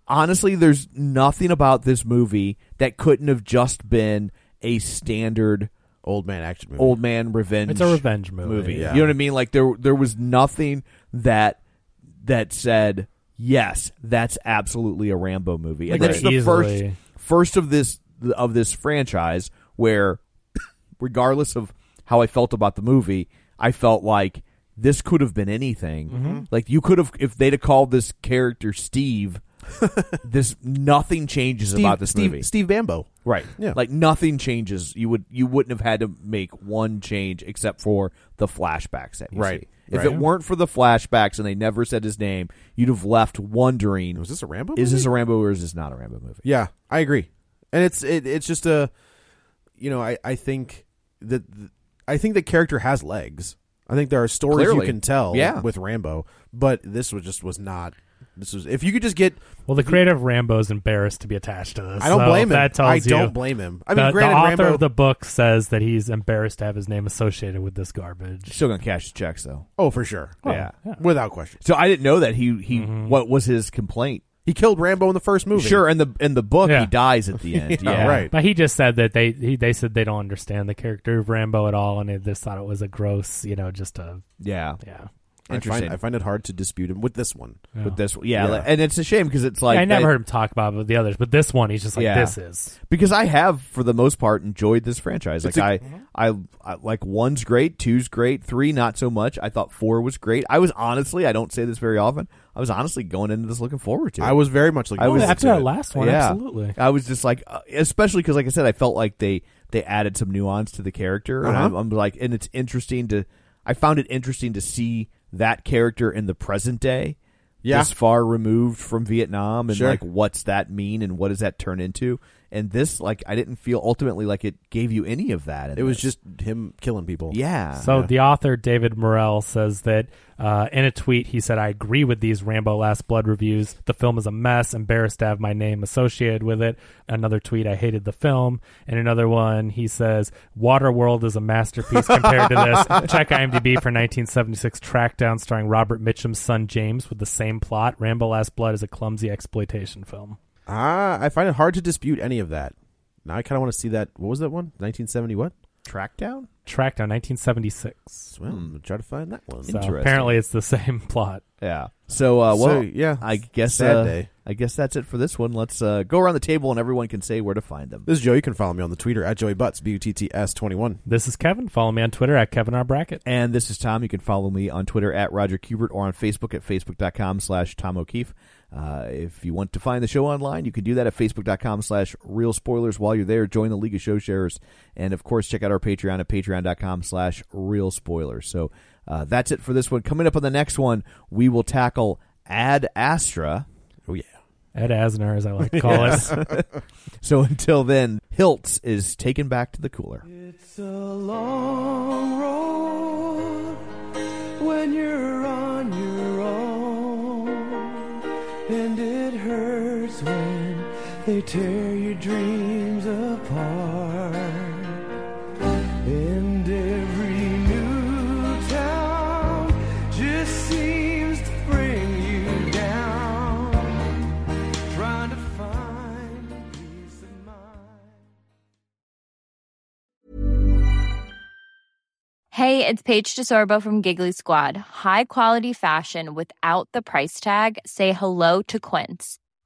honestly there's nothing about this movie that couldn't have just been a standard
old man action movie.
old man revenge
It's a revenge movie.
Yeah.
you know what I mean? Like there there was nothing that that said yes, that's absolutely a Rambo movie.
Like,
and that's
right.
the first
Easily.
first of this of this franchise where (coughs) regardless of how I felt about the movie, I felt like this could have been anything.
Mm-hmm.
Like you could have if they'd have called this character Steve (laughs) this nothing changes
Steve,
about this
Steve,
movie.
Steve Bambo.
Right.
Yeah.
Like nothing changes. You would you wouldn't have had to make one change except for the flashbacks that you
Right.
see. If
Right.
it weren't for the flashbacks and they never said his name, you'd have left wondering
Was this a Rambo?
is
movie?
this a Rambo or is this not a Rambo movie?
Yeah, I agree. And it's it, it's just a you know, I I think that I think the character has legs. I think there are stories
Clearly.
you can tell
Yeah.
with Rambo, but this was just was not this was if you could just get
Well, the creator of Rambo is embarrassed to be attached to this.
I don't
so
blame him.
That tells
I
you-
don't blame him. I mean,
the, the
granted,
author
Rambo-
of the book says that he's embarrassed to have his name associated with this garbage.
Still gonna cash his checks though.
oh for sure.
Yeah.
Without question.
So I didn't know that he he
Mm-hmm.
what was his complaint.
He killed Rambo in the first movie.
Sure, in the in the book
Yeah.
he dies at
(laughs)
the end. yeah,
right.
But he just said that they he, they said they don't understand the character of Rambo at all, and they just thought it was a gross, you know, just a
Yeah.
yeah.
I
Interesting.
find, I find it hard to dispute him with this one.
With this yeah,
Yeah.
like- and it's a shame because it's like
I never
that-
heard him talk about it with the others, but this one he's just like
Yeah.
this is.
because I have for the most part enjoyed this franchise. Like
It's a-
I, I, I- like one's great, two's great, three not so much. I thought four was great. I was honestly, I don't say this very often. I was honestly going into this looking forward to. It.
I was very much oh, looking
I
forward
was-
to
Oh, after that
it.
last one,
Yeah.
absolutely.
I was just like, uh, especially because, like I said, I felt like they they added some nuance to the character, and
Uh-huh.
I'm, I'm like, and it's interesting to, I found it interesting to see that character in the present day,
Yeah.
this far removed from Vietnam, and
Sure.
like, what's that mean, and what does that turn into, and this, like, I didn't feel ultimately like it gave you any of that. in
It was
this.
just him killing people.
yeah.
So the author David Morrell says that uh, in a tweet he said, "I agree with these Rambo Last Blood reviews. The film is a mess. Embarrassed to have my name associated with it." Another tweet, "I hated the film." And another one, he says, "Waterworld is a masterpiece compared to this." Check IMDb for 1976 track down starring Robert Mitchum's son James with the same plot. Rambo Last Blood is a clumsy exploitation film.
Ah, I find it hard to dispute any of that. Now I kind of want to see that. What was that one? 1970 what?
track down.
Track down 1976.
Well, I'm gonna try to find that one.
So
Interesting.
apparently, it's the same (laughs) plot.
Yeah. So uh,
So,
well,
yeah,
I guess
sad
uh,
day.
I guess that's it for this one. Let's uh, go around the table and everyone can say where to find them.
This is Joe. You can follow me on the Twitter at Joey Butts, B U T T S 21.
This is Kevin. Follow me on Twitter at Kevin R. Brackett.
And this is Tom. You can follow me on Twitter at Roger Kubert or on Facebook at facebook.com slash Tom O'Keefe. Uh, if you want to find the show online, you can do that at facebook.com slash real spoilers. While you're there, join the League of Show Sharers. And of course, check out our Patreon at patreon.com slash real spoilers. So uh, that's it for this one. Coming up on the next one, we will tackle Ad Astra.
Oh, yeah.
Ed Asner, as I like to call us.
So (laughs) until then, Hiltz is taken back to the cooler.
It's a long road when you're on your own, and it hurts when they tear your dreams apart. And every new town just seems to bring you down, trying to find peace of mind.
Hey, it's Paige DeSorbo from Giggly Squad. High quality fashion without the price tag. Say hello to Quince.